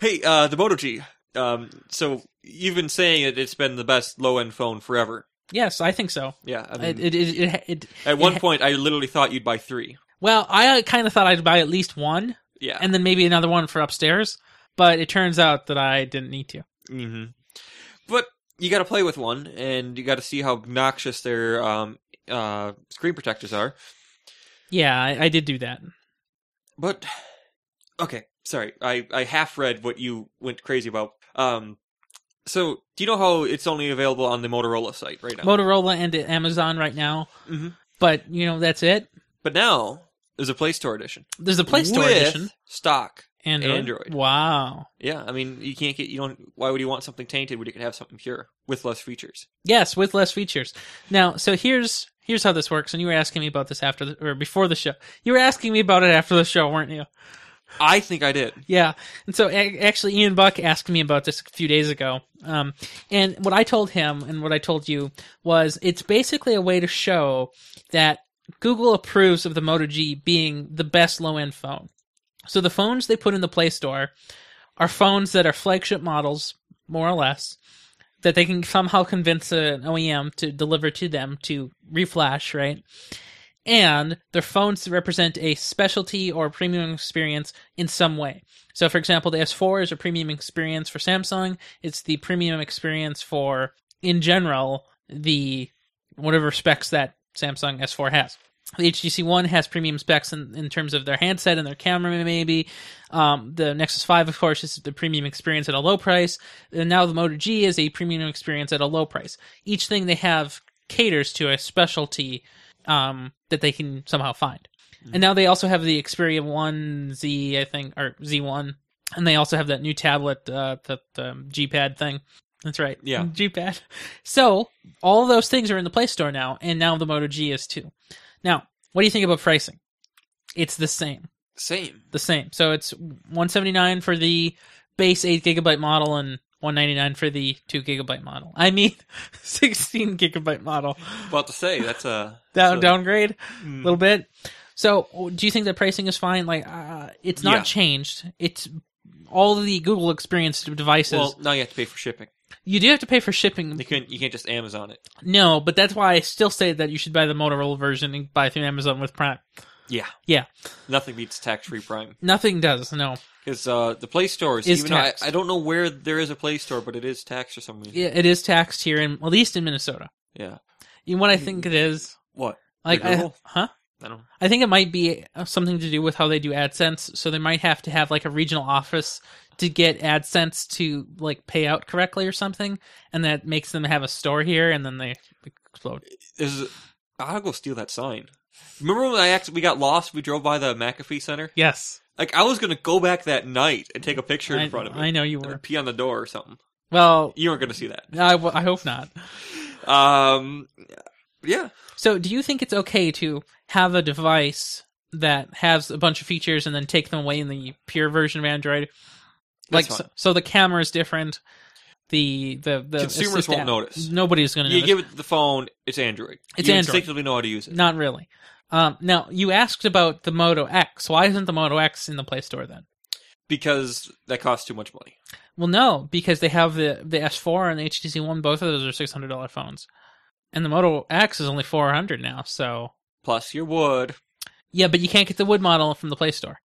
Speaker 1: Hey, uh, the Moto G. Um, so you've been saying that it's been the best low end phone forever.
Speaker 2: Yes, I think so.
Speaker 1: Yeah. I mean,
Speaker 2: It, it, it, it, it,
Speaker 1: at one
Speaker 2: it-
Speaker 1: point, I literally thought you'd buy three.
Speaker 2: Well, I kind of thought I'd buy at least one
Speaker 1: Yeah.
Speaker 2: and then maybe another one for upstairs, but it turns out that I didn't need to.
Speaker 1: hmm But you got to play with one, and you got to see how obnoxious their um, uh, screen protectors are.
Speaker 2: Yeah, I, I did do that.
Speaker 1: But okay, sorry, I I half read what you went crazy about. Um, so do you know how it's only available on the Motorola site right now?
Speaker 2: Motorola and at Amazon right now,
Speaker 1: Mhm.
Speaker 2: but you know that's it.
Speaker 1: but now there's a Play Store edition.
Speaker 2: There's a Play Store
Speaker 1: with
Speaker 2: edition.
Speaker 1: stock.
Speaker 2: Android.
Speaker 1: Android.
Speaker 2: Wow.
Speaker 1: Yeah, I mean you can't get you don't. Why would you want something tainted when you can have something pure with less features?
Speaker 2: Yes, with less features. Now, so here's here's how this works. And you were asking me about this after the, or before the show. You were asking me about it after the show, weren't you?
Speaker 1: I think I did.
Speaker 2: Yeah. And so a- actually, Ian Buck asked me about this a few days ago. Um, and what I told him and what I told you was it's basically a way to show that Google approves of the Moto G being the best low end phone. So the phones they put in the Play Store are phones that are flagship models, more or less, that E they can somehow convince an OEM to deliver to them to reflash, right? and their phones represent a specialty or premium experience in some way. So, for example, the S4 is a premium experience for Samsung. It's the premium experience for, in general, the whatever specs that Samsung S4 has. The HTC One has premium specs in, in terms of their handset and their camera, maybe. Um, the Nexus 5, of course, is the premium experience at a low price. And now the Moto G is a premium experience at a low price. Each thing they have caters to a specialty um, that they can somehow find. And now they also have the Xperia 1Z, I think, or Z1. And they also have that new tablet, uh, the, the G Pad thing. That's right.
Speaker 1: Yeah.
Speaker 2: G Pad. So all those things are in the Play Store now, and now the Moto G is too. Now, what do you think about pricing? It's the same.
Speaker 1: Same.
Speaker 2: The same. So it's 179 for the base 8 gigabyte model and 199 for the 2 gigabyte model. I mean, 16 gigabyte model.
Speaker 1: About to say that's a
Speaker 2: Down,
Speaker 1: So-
Speaker 2: downgrade a
Speaker 1: mm,
Speaker 2: little bit. So, do you think that pricing is fine? Like, uh, it's not
Speaker 1: Yeah.
Speaker 2: changed. It's all of the Google experience devices.
Speaker 1: well. Now you have to pay for shipping.
Speaker 2: you do have to pay for shipping.
Speaker 1: You can't you can't just Amazon it.
Speaker 2: No, but that's why I still say that you should buy the Motorola version and buy through Amazon with Prime.
Speaker 1: Yeah.
Speaker 2: Yeah.
Speaker 1: Nothing beats tax free Prime
Speaker 2: Nothing does. No,
Speaker 1: because uh, the Play Stores.
Speaker 2: Is
Speaker 1: even though I,
Speaker 2: taxed.
Speaker 1: I don't know where there is a Play Store, but it is taxed for some reason.
Speaker 2: it it is taxed here, in at least in Minnesota.
Speaker 1: Yeah.
Speaker 2: You know what I think it is?
Speaker 1: What?
Speaker 2: Like, I,
Speaker 1: Mm. Google?
Speaker 2: huh?
Speaker 1: I don't.
Speaker 2: I think it might be uh, something to do with how they do AdSense. So they might have to have like a regional office to get AdSense to like pay out correctly or something, and that makes them have a store here, and then they explode.
Speaker 1: There's. A, I'll go steal that sign. Remember when I act- we got lost? We drove by the McAfee Center.
Speaker 2: Yes,
Speaker 1: Like I was gonna go back that night and take a picture in
Speaker 2: I,
Speaker 1: front of it.
Speaker 2: I know you
Speaker 1: and
Speaker 2: were.
Speaker 1: pee on the door or something.
Speaker 2: Well,
Speaker 1: You weren't gonna see that.
Speaker 2: I, w- I hope not.
Speaker 1: Um. Yeah.
Speaker 2: So, do you think it's okay to have a device that has a bunch of features and then take them away in the pure version of Android? Like,
Speaker 1: That's
Speaker 2: so,
Speaker 1: fine.
Speaker 2: so the camera is different. The the the
Speaker 1: Consumers
Speaker 2: assist
Speaker 1: won't
Speaker 2: app-
Speaker 1: notice.
Speaker 2: Nobody's going to
Speaker 1: You
Speaker 2: notice.
Speaker 1: give it the phone. It's Android.
Speaker 2: It's
Speaker 1: you
Speaker 2: Android.
Speaker 1: instinctively know how to use it.
Speaker 2: Not really. Um, now you asked about the Moto X. Why isn't the Moto X in the Play Store then?
Speaker 1: because that costs too much money.
Speaker 2: Well, no, because they have the the S4 and the HTC One. Both of those are six hundred dollar phones, and the Moto X is only four hundred now. So
Speaker 1: Plus your wood.
Speaker 2: yeah, but you can't get the wood model from the Play Store.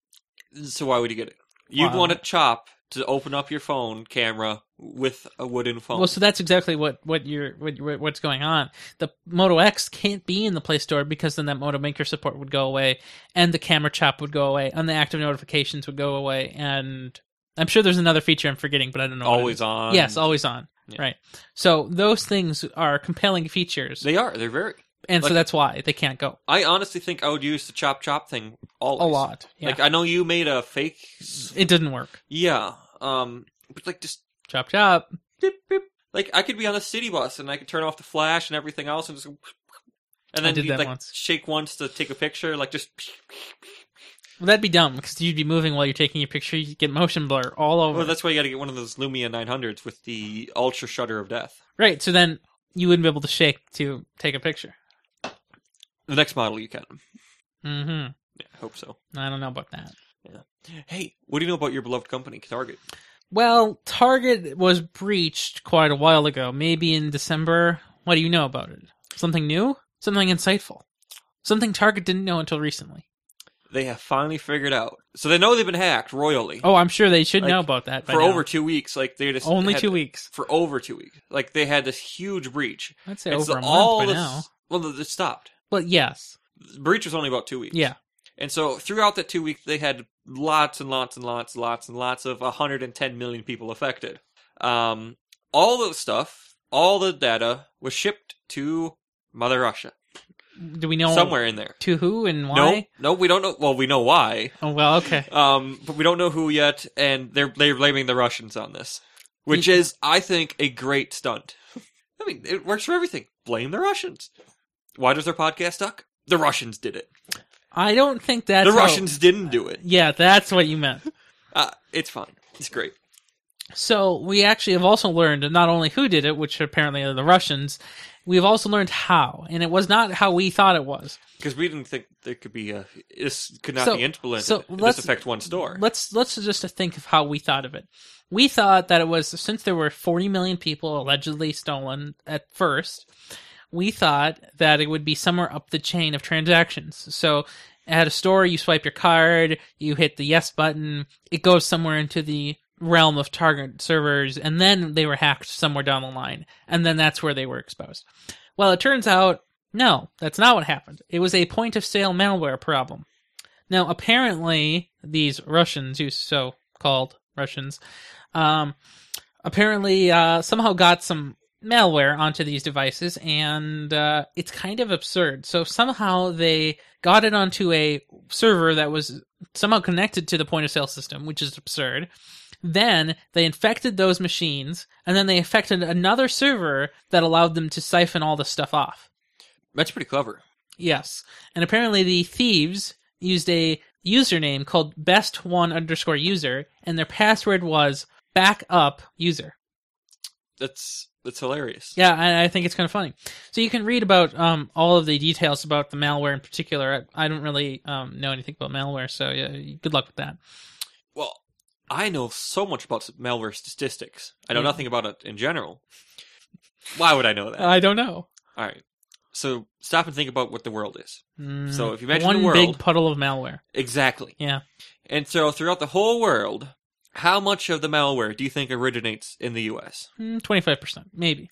Speaker 1: So why would you get it? You'd
Speaker 2: Wow.
Speaker 1: want a chop to open up your phone camera with a wooden phone.
Speaker 2: Well, so that's exactly what what you're what, what what's going on. The Moto X can't be in the Play Store because then that Moto Maker support would go away, and the camera chop would go away, and the active notifications would go away, and I'm sure there's another feature I'm forgetting, but I don't know. what it
Speaker 1: always
Speaker 2: is.
Speaker 1: on.
Speaker 2: yes, always on.
Speaker 1: Yeah.
Speaker 2: Right. So those things are compelling features,
Speaker 1: they are. They're very.
Speaker 2: and so
Speaker 1: like-
Speaker 2: that's why they can't go
Speaker 1: I honestly think I would use the chop chop thing always.
Speaker 2: a lot. Yeah.
Speaker 1: Like uh, I know you made a fake. s-
Speaker 2: it didn't work.
Speaker 1: Yeah. Um. But like just
Speaker 2: Chop chop.
Speaker 1: beep, beep. like I could be on the city bus and I could turn off the flash and everything else and just. go And
Speaker 2: I
Speaker 1: then
Speaker 2: did
Speaker 1: you'd,
Speaker 2: that
Speaker 1: like
Speaker 2: once.
Speaker 1: shake once to take a picture, like just.
Speaker 2: Well, that'd be dumb because you'd be moving while you're taking your picture. You get motion blur all over.
Speaker 1: Well, that's why you got to get one of those Lumia 900s with the ultra shutter of death.
Speaker 2: right. So then you wouldn't be able to shake to take a picture.
Speaker 1: The next model you can.
Speaker 2: hmm
Speaker 1: Yeah, I hope so.
Speaker 2: I don't know about that.
Speaker 1: Hey, what do you know about your beloved company, Target?
Speaker 2: Well, Target was breached quite a while ago, maybe in December. What do you know about it? Something new? Something insightful? Something Target didn't know until recently.
Speaker 1: They have finally figured out. So they know they've been hacked royally
Speaker 2: Oh, I'm sure they should
Speaker 1: Like,
Speaker 2: know about that by
Speaker 1: for
Speaker 2: now.
Speaker 1: over two weeks. Like they just
Speaker 2: only
Speaker 1: had-
Speaker 2: two weeks.
Speaker 1: for over two weeks. Like they had this huge breach.
Speaker 2: I'd say
Speaker 1: It's
Speaker 2: over a
Speaker 1: all
Speaker 2: month by
Speaker 1: this-
Speaker 2: now.
Speaker 1: Well, it stopped.
Speaker 2: But yes,
Speaker 1: The breach was only about two weeks.
Speaker 2: yeah,
Speaker 1: And so throughout that two weeks, they had lots and lots and lots, lots and lots of 110 million people affected. Um, all the stuff, all the data was shipped to Mother Russia
Speaker 2: do we know
Speaker 1: somewhere in there.
Speaker 2: to who and why?
Speaker 1: No, no, we don't know. Well, we know why,
Speaker 2: Oh well, okay.
Speaker 1: um, but we don't know who yet, and they're they're blaming the Russians on this, which
Speaker 2: You-
Speaker 1: is, I think, a great stunt. I mean, it works for everything. Blame the Russians. Why does their podcast suck? The Russians did it.
Speaker 2: I don't think that's
Speaker 1: the
Speaker 2: how-
Speaker 1: Russians didn't do it.
Speaker 2: Yeah, that's what you meant.
Speaker 1: Uh, it's fine. It's great.
Speaker 2: So we actually have also learned not only who did it, which apparently are the Russians. We've also learned how, and it was not how we thought it was.
Speaker 1: Because we didn't think there could be a this could not
Speaker 2: So-
Speaker 1: be implemented.
Speaker 2: so
Speaker 1: and
Speaker 2: let's-
Speaker 1: just affect one store.
Speaker 2: Let's let's just think of how we thought of it. We thought that it was since there were 40 million people allegedly stolen at first. we thought that it would be somewhere up the chain of transactions. So at a store, you swipe your card, you hit the yes button, it goes somewhere into the realm of target servers, and then they were hacked somewhere down the line. And then that's where they were exposed. Well, it turns out, no, that's not what happened. It was a point of sale malware problem. Now, apparently, these Russians, you so called Russians, um, apparently uh, somehow got some malware onto these devices, and uh, it's kind of absurd. So somehow they got it onto a server that was somehow connected to the point of sale system, which is absurd. Then they infected those machines, and then they infected another server that allowed them to siphon all the stuff off.
Speaker 1: That's pretty clever.
Speaker 2: Yes, and apparently the thieves used a username called best one underscore user, and their password was backup user.
Speaker 1: That's that's hilarious.
Speaker 2: Yeah, and I think it's kind of funny. So you can read about um, all of the details about the malware in particular. I, I don't really um, know anything about malware, so yeah, good luck with that.
Speaker 1: Well, I know so much about malware statistics. I know
Speaker 2: Yeah.
Speaker 1: nothing about it in general. Why would I know that?
Speaker 2: I don't know.
Speaker 1: All right. So stop and think about what the world is.
Speaker 2: Mm,
Speaker 1: So if you imagine
Speaker 2: one
Speaker 1: the world,
Speaker 2: big puddle of malware.
Speaker 1: exactly.
Speaker 2: Yeah.
Speaker 1: And so throughout the whole world, how much of the malware do you think originates in the U.S.?
Speaker 2: Twenty five Hmm, percent, maybe.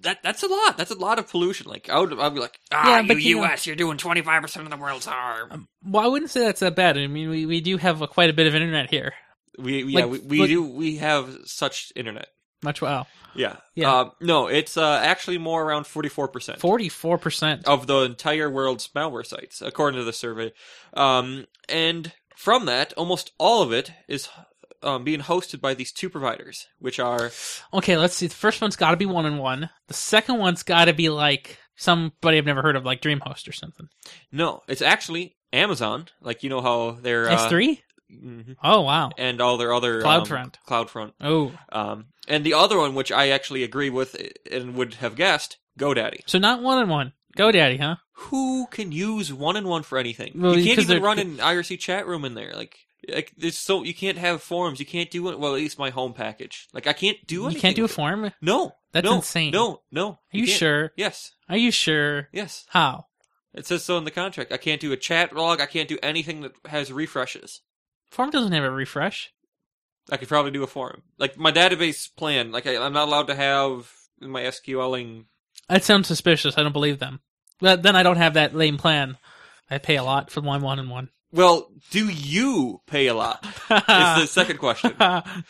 Speaker 1: That that's a lot. That's a lot of pollution. Like I would, I'd be like, ah,
Speaker 2: Yeah,
Speaker 1: you,
Speaker 2: but you know-
Speaker 1: U.S., you're doing 25 percent of the world's harm.
Speaker 2: Um, well, I wouldn't say that's that bad. I mean, we, we do have a, quite a bit of internet here.
Speaker 1: we yeah,
Speaker 2: like,
Speaker 1: we, we
Speaker 2: look-
Speaker 1: do. We have such internet.
Speaker 2: Much wow,
Speaker 1: Yeah.
Speaker 2: Yeah.
Speaker 1: Um, no, it's uh, actually more around 44 percent.
Speaker 2: forty four percent.
Speaker 1: of the entire world's malware sites, according to the survey. Um, and from that, almost all of it is um, being hosted by these two providers, which are
Speaker 2: Okay, let's see. The first one's got to be one and one. The second one's got to be like somebody I've never heard of, like DreamHost or something.
Speaker 1: no, it's actually Amazon. Like you know how they're
Speaker 2: S three.
Speaker 1: uh, mhm,
Speaker 2: Oh wow.
Speaker 1: and all their other
Speaker 2: CloudFront.
Speaker 1: um, CloudFront,
Speaker 2: Oh,
Speaker 1: um, and the other one, which I actually agree with and would have guessed, GoDaddy.
Speaker 2: so not one and one. GoDaddy, huh?
Speaker 1: Who can use one and one for anything?
Speaker 2: Well,
Speaker 1: you can't
Speaker 2: because
Speaker 1: even
Speaker 2: they're-
Speaker 1: run an IRC chat room in there, like. Like there's so you can't have forums, you can't do it. Well, at least my home package, like I can't do anything.
Speaker 2: You can't do a
Speaker 1: with it.
Speaker 2: form. Are
Speaker 1: No,
Speaker 2: That's
Speaker 1: no,
Speaker 2: insane.
Speaker 1: No, no. Are
Speaker 2: you sure?
Speaker 1: Yes,
Speaker 2: Are you sure?
Speaker 1: yes.
Speaker 2: How?
Speaker 1: It says so in the contract. I can't do a chat log. I can't do anything that has refreshes.
Speaker 2: Form doesn't have a refresh.
Speaker 1: I could probably do a forum. Like my database plan. Like I, I'm not allowed to have my SQLing.
Speaker 2: That sounds suspicious. I don't believe them. But then I don't have that lame plan. I pay a lot for one one and one.
Speaker 1: Well, do you pay a lot? Is the second question,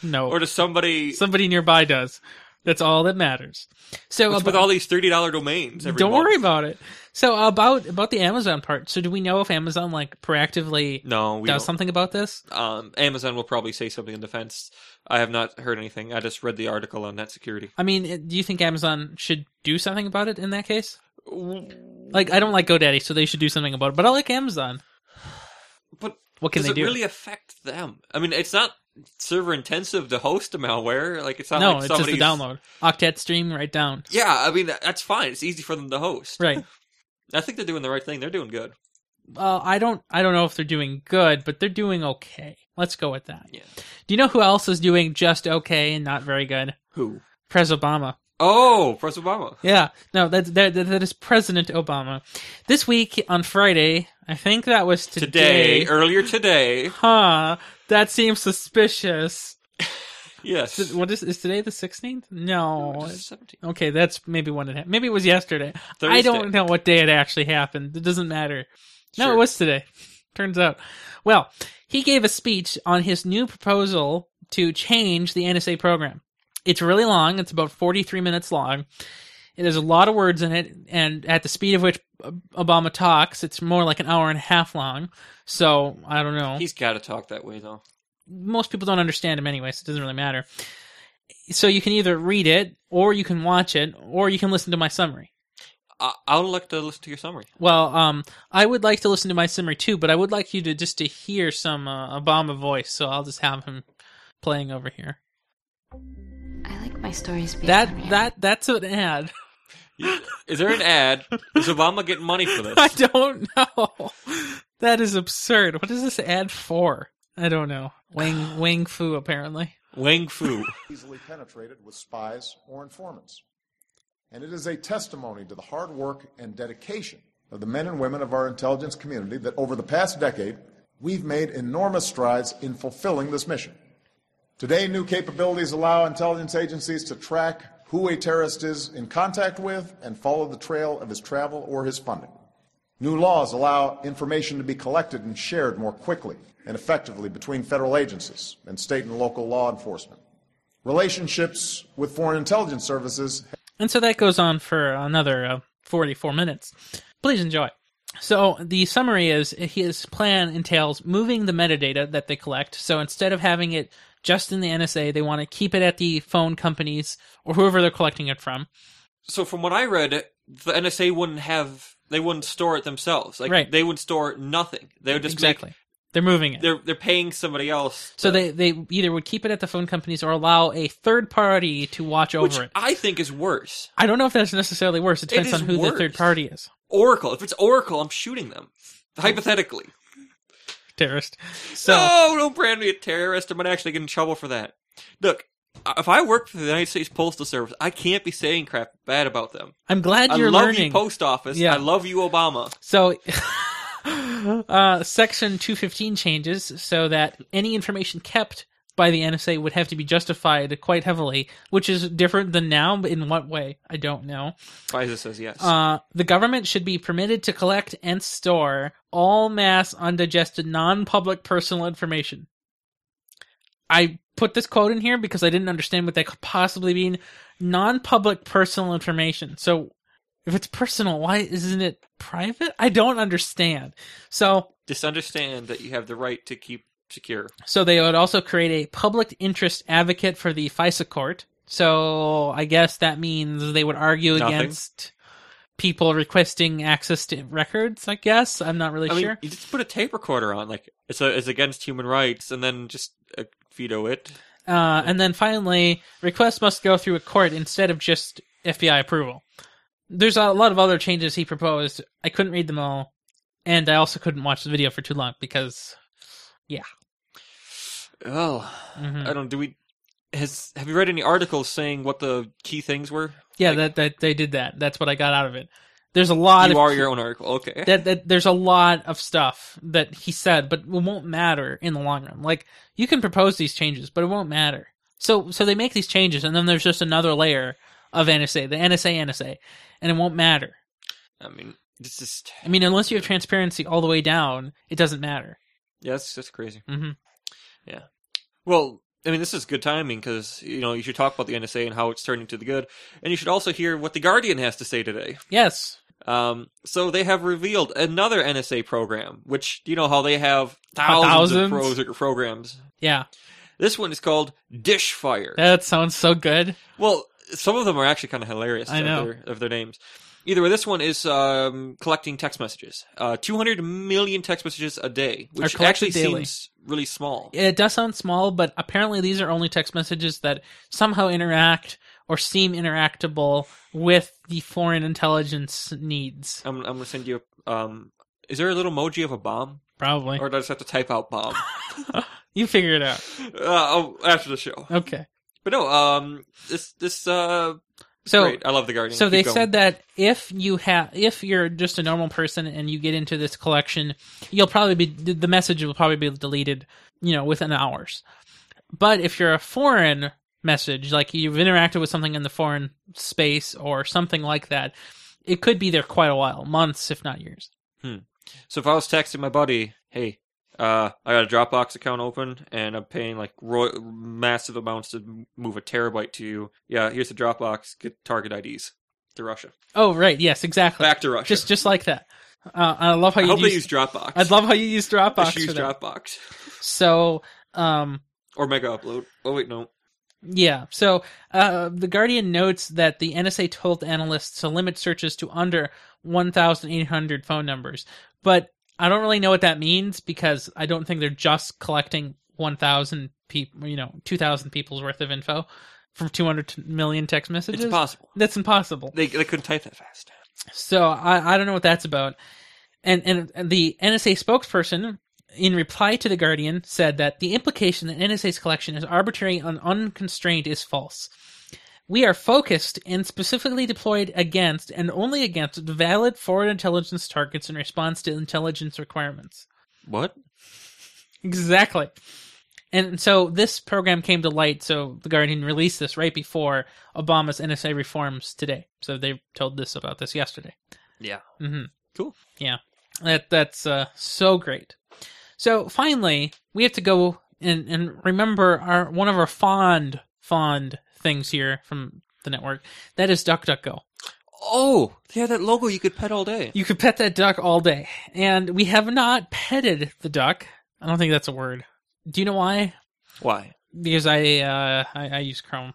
Speaker 2: no.
Speaker 1: or does somebody?
Speaker 2: Somebody nearby does. That's all that matters. So
Speaker 1: What's with
Speaker 2: about-
Speaker 1: all these thirty dollar domains? Every
Speaker 2: don't
Speaker 1: month?
Speaker 2: worry about it. So about about the Amazon part. So do we know if Amazon like proactively
Speaker 1: No, we
Speaker 2: does
Speaker 1: don't.
Speaker 2: something about this?
Speaker 1: Um, Amazon will probably say something in defense. I have not heard anything. I just read the article on net security.
Speaker 2: I mean, it- do you think Amazon should do something about it in that case? Like, I don't like GoDaddy, so they should do something about it. But I like Amazon.
Speaker 1: But
Speaker 2: What can
Speaker 1: Does
Speaker 2: they
Speaker 1: it
Speaker 2: do?
Speaker 1: really affect them? I mean, it's not server intensive to host a malware. Like it's not
Speaker 2: no,
Speaker 1: like
Speaker 2: it's just
Speaker 1: somebody's
Speaker 2: a download. Octet stream right down.
Speaker 1: Yeah, I mean that- that's fine. It's easy for them to host.
Speaker 2: Right.
Speaker 1: I think they're doing the right thing. They're doing good.
Speaker 2: Well, I don't. I don't know if they're doing good, but they're doing okay. Let's go with that.
Speaker 1: Yeah.
Speaker 2: Do you know who else is doing just okay and not very good?
Speaker 1: Who?
Speaker 2: Pres Obama.
Speaker 1: Oh, Press Obama.
Speaker 2: Yeah, no, that, that that that is President Obama. This week on Friday, I think that was
Speaker 1: Today, Er-
Speaker 2: today.
Speaker 1: earlier today.
Speaker 2: huh? That seems suspicious.
Speaker 1: Yes.
Speaker 2: Is- What is is today the sixteenth?
Speaker 1: No,
Speaker 2: No.
Speaker 1: it's 17.
Speaker 2: Okay, that's maybe when it happened. Maybe it was yesterday.
Speaker 1: Thursday.
Speaker 2: I don't know what day it actually happened. It doesn't matter. No,
Speaker 1: Sure.
Speaker 2: it was today. Turns out. Well, he gave a speech on his new proposal to change the NSA program. It's really long. It's about 43 minutes long. It has a lot of words in it, and at the speed of which Obama talks, it's more like an hour and a half long. So, I don't know
Speaker 1: He's got to talk that way though.
Speaker 2: most people don't understand him anyway, so it doesn't really matter. So you can either read it, or you can watch it, or you can listen to my summary.
Speaker 1: I- I'll like to listen to your summary.
Speaker 2: Well, um, I would like to listen to my summary too, but I would like you to just to hear some uh, Obama voice. So I'll just have him playing over here.
Speaker 3: I like my stories being
Speaker 2: That that that's an ad.
Speaker 1: Is there an ad? Is Obama getting money for this?
Speaker 2: I don't know. That is absurd. What is this ad for? I don't know. Wang Wang Fu apparently.
Speaker 1: Wang Fu.
Speaker 4: easily penetrated with spies or informants. and it is a testimony to the hard work and dedication of the men and women of our intelligence community that over the past decade, we've made enormous strides in fulfilling this mission. Today, new capabilities allow intelligence agencies to track who a terrorist is in contact with and follow the trail of his travel or his funding. New laws allow information to be collected and shared more quickly and effectively between federal agencies and state and local law enforcement. Relationships with foreign intelligence services.
Speaker 2: And so that goes on for another uh, 44 minutes. Please enjoy. So the summary is his plan entails moving the metadata that they collect. So instead of having it just in the NSA, they want to keep it at the phone companies or whoever they're collecting it from.
Speaker 1: So from what I read, the NSA wouldn't have they wouldn't store it themselves. Like
Speaker 2: Right.
Speaker 1: they would store nothing. They would just make-
Speaker 2: exactly. they're moving it.
Speaker 1: they're they're paying somebody else.
Speaker 2: so they, they either would keep it at the phone companies or allow a third party to watch over
Speaker 1: which
Speaker 2: it.
Speaker 1: I think is worse.
Speaker 2: I don't know if that's necessarily worse. It
Speaker 1: It
Speaker 2: depends
Speaker 1: is
Speaker 2: on who the third
Speaker 1: worse.
Speaker 2: party is.
Speaker 1: Oracle. If it's Oracle, I'm shooting them. Hypothetically.
Speaker 2: Terrorist. So
Speaker 1: no, don't brand me a terrorist. I might actually get in trouble for that. Look, if I work for the United States Postal Service, I can't be saying crap bad about them.
Speaker 2: I'm glad you're
Speaker 1: I love
Speaker 2: learning.
Speaker 1: you, Post Office.
Speaker 2: Yeah.
Speaker 1: I love you, Obama.
Speaker 2: So, uh, Section 215 changes so that any information kept by the NSA would have to be justified quite heavily, which is different than now. But in what way? I don't know.
Speaker 1: Pfizer says yes.
Speaker 2: Uh, the government should be permitted to collect and store all mass undigested non-public personal information. I put this quote in here because I didn't understand what that could possibly mean. Non-public personal information. So if it's personal, why isn't it private? I don't understand. So
Speaker 1: Just understand that you have the right to keep secure.
Speaker 2: so they would also create a public interest advocate for the FISA court. So I guess that means they would argue
Speaker 1: Nothing.
Speaker 2: against people requesting access to records. I guess I'm not really
Speaker 1: I mean,
Speaker 2: sure.
Speaker 1: you just put a tape recorder on, like it's a, it's against human rights, and then just uh, veto it.
Speaker 2: Uh, and then finally, requests must go through a court instead of just FBI approval. There's a lot of other changes he proposed. I couldn't read them all, and I also couldn't watch the video for too long because
Speaker 1: Oh,
Speaker 2: mhm.
Speaker 1: I don't. Do we? Has have you read any articles saying what the key things were?
Speaker 2: yeah,
Speaker 1: like-
Speaker 2: that, that they did that. That's what I got out of it. There's a lot.
Speaker 1: you
Speaker 2: of
Speaker 1: are your own article. Okay.
Speaker 2: that, that there's a lot of stuff that he said, but it won't matter in the long run. Like you can propose these changes, but it won't matter. So so they make these changes, and then there's just another layer of NSA, the NSA NSA, and it won't matter.
Speaker 1: I mean, it's just
Speaker 2: I mean, unless you have transparency all the way down, it doesn't matter.
Speaker 1: yeah, that's that's crazy.
Speaker 2: Mhm.
Speaker 1: Yeah. Well, I mean, this is good timing because you know you should talk about the NSA and how it's turning to the good, and you should also hear what the Guardian has to say today.
Speaker 2: Yes,
Speaker 1: Um, so they have revealed another NSA program, which you know how they have
Speaker 2: Thousands?
Speaker 1: thousands, of pro- programs.
Speaker 2: yeah,
Speaker 1: This one is called Dishfire.
Speaker 2: that sounds so good.
Speaker 1: well, some of them are actually kind of hilarious.
Speaker 2: I
Speaker 1: of
Speaker 2: know.
Speaker 1: their, of their names. Either way, this one is um, collecting text messages. Uh, 200 million text messages a day,
Speaker 2: Are
Speaker 1: which
Speaker 2: collected
Speaker 1: actually
Speaker 2: daily.
Speaker 1: seems really small.
Speaker 2: It does sound small, but apparently these are only text messages that somehow interact or seem interactable with the foreign intelligence needs.
Speaker 1: I'm, I'm gonna send you. a- Um, is there a little emoji of a bomb,
Speaker 2: Probably
Speaker 1: or do I just have to type out bomb
Speaker 2: you figure it out.
Speaker 1: uh, oh, after the show?
Speaker 2: Okay.
Speaker 1: But no, um, this this uh,
Speaker 2: So
Speaker 1: great. I love the Guardian.
Speaker 2: so
Speaker 1: Keep
Speaker 2: they
Speaker 1: going.
Speaker 2: said that if you have if you're just a normal person and you get into this collection, you'll probably be the message will probably be deleted, you know, within hours. But if you're a foreign message, like you've interacted with something in the foreign space or something like that, it could be there quite a while, months if not years.
Speaker 1: So if I was texting my buddy, hey, uh, I got a Dropbox account open and I'm paying like ro- massive amounts to m- move a terabyte to you. Yeah, here's the Dropbox. Get target IDs to Russia.
Speaker 2: Oh right, yes, exactly.
Speaker 1: Back to Russia.
Speaker 2: just just like that. Uh, I love how
Speaker 1: I
Speaker 2: you
Speaker 1: hope
Speaker 2: use,
Speaker 1: they use Dropbox.
Speaker 2: I love how you use
Speaker 1: They
Speaker 2: Dropbox
Speaker 1: should use
Speaker 2: for that.
Speaker 1: Dropbox
Speaker 2: So um
Speaker 1: or Mega Upload. Oh wait, no.
Speaker 2: Yeah. So uh, the Guardian notes that the NSA told analysts to limit searches to under 1,800 phone numbers, but I don't really know what that means because I don't think they're just collecting 1,000 people, you know, 2,000 people's worth of info from 200 t- million text messages.
Speaker 1: It's impossible.
Speaker 2: That's impossible.
Speaker 1: They they couldn't type that fast.
Speaker 2: So I, I don't know what that's about. And, and and the NSA spokesperson, in reply to The Guardian, said that the implication that NSA's collection is arbitrary and unconstrained is false. We are focused and specifically deployed against and only against valid foreign intelligence targets in response to intelligence requirements.
Speaker 1: What?
Speaker 2: Exactly. And so this program came to light, so The Guardian released this right before Obama's NSA reforms today. So they told this about this yesterday.
Speaker 1: Yeah.
Speaker 2: hmm
Speaker 1: Cool.
Speaker 2: Yeah. That that's uh, so great. So finally, we have to go and, and remember our one of our fond fond things here from the network. That is DuckDuckGo.
Speaker 1: Oh, yeah, that logo you could pet all day.
Speaker 2: You could pet that duck all day, and we have not petted the duck. I don't think that's a word. Do you know why?
Speaker 1: Why?
Speaker 2: Because I uh, I, I use Chrome.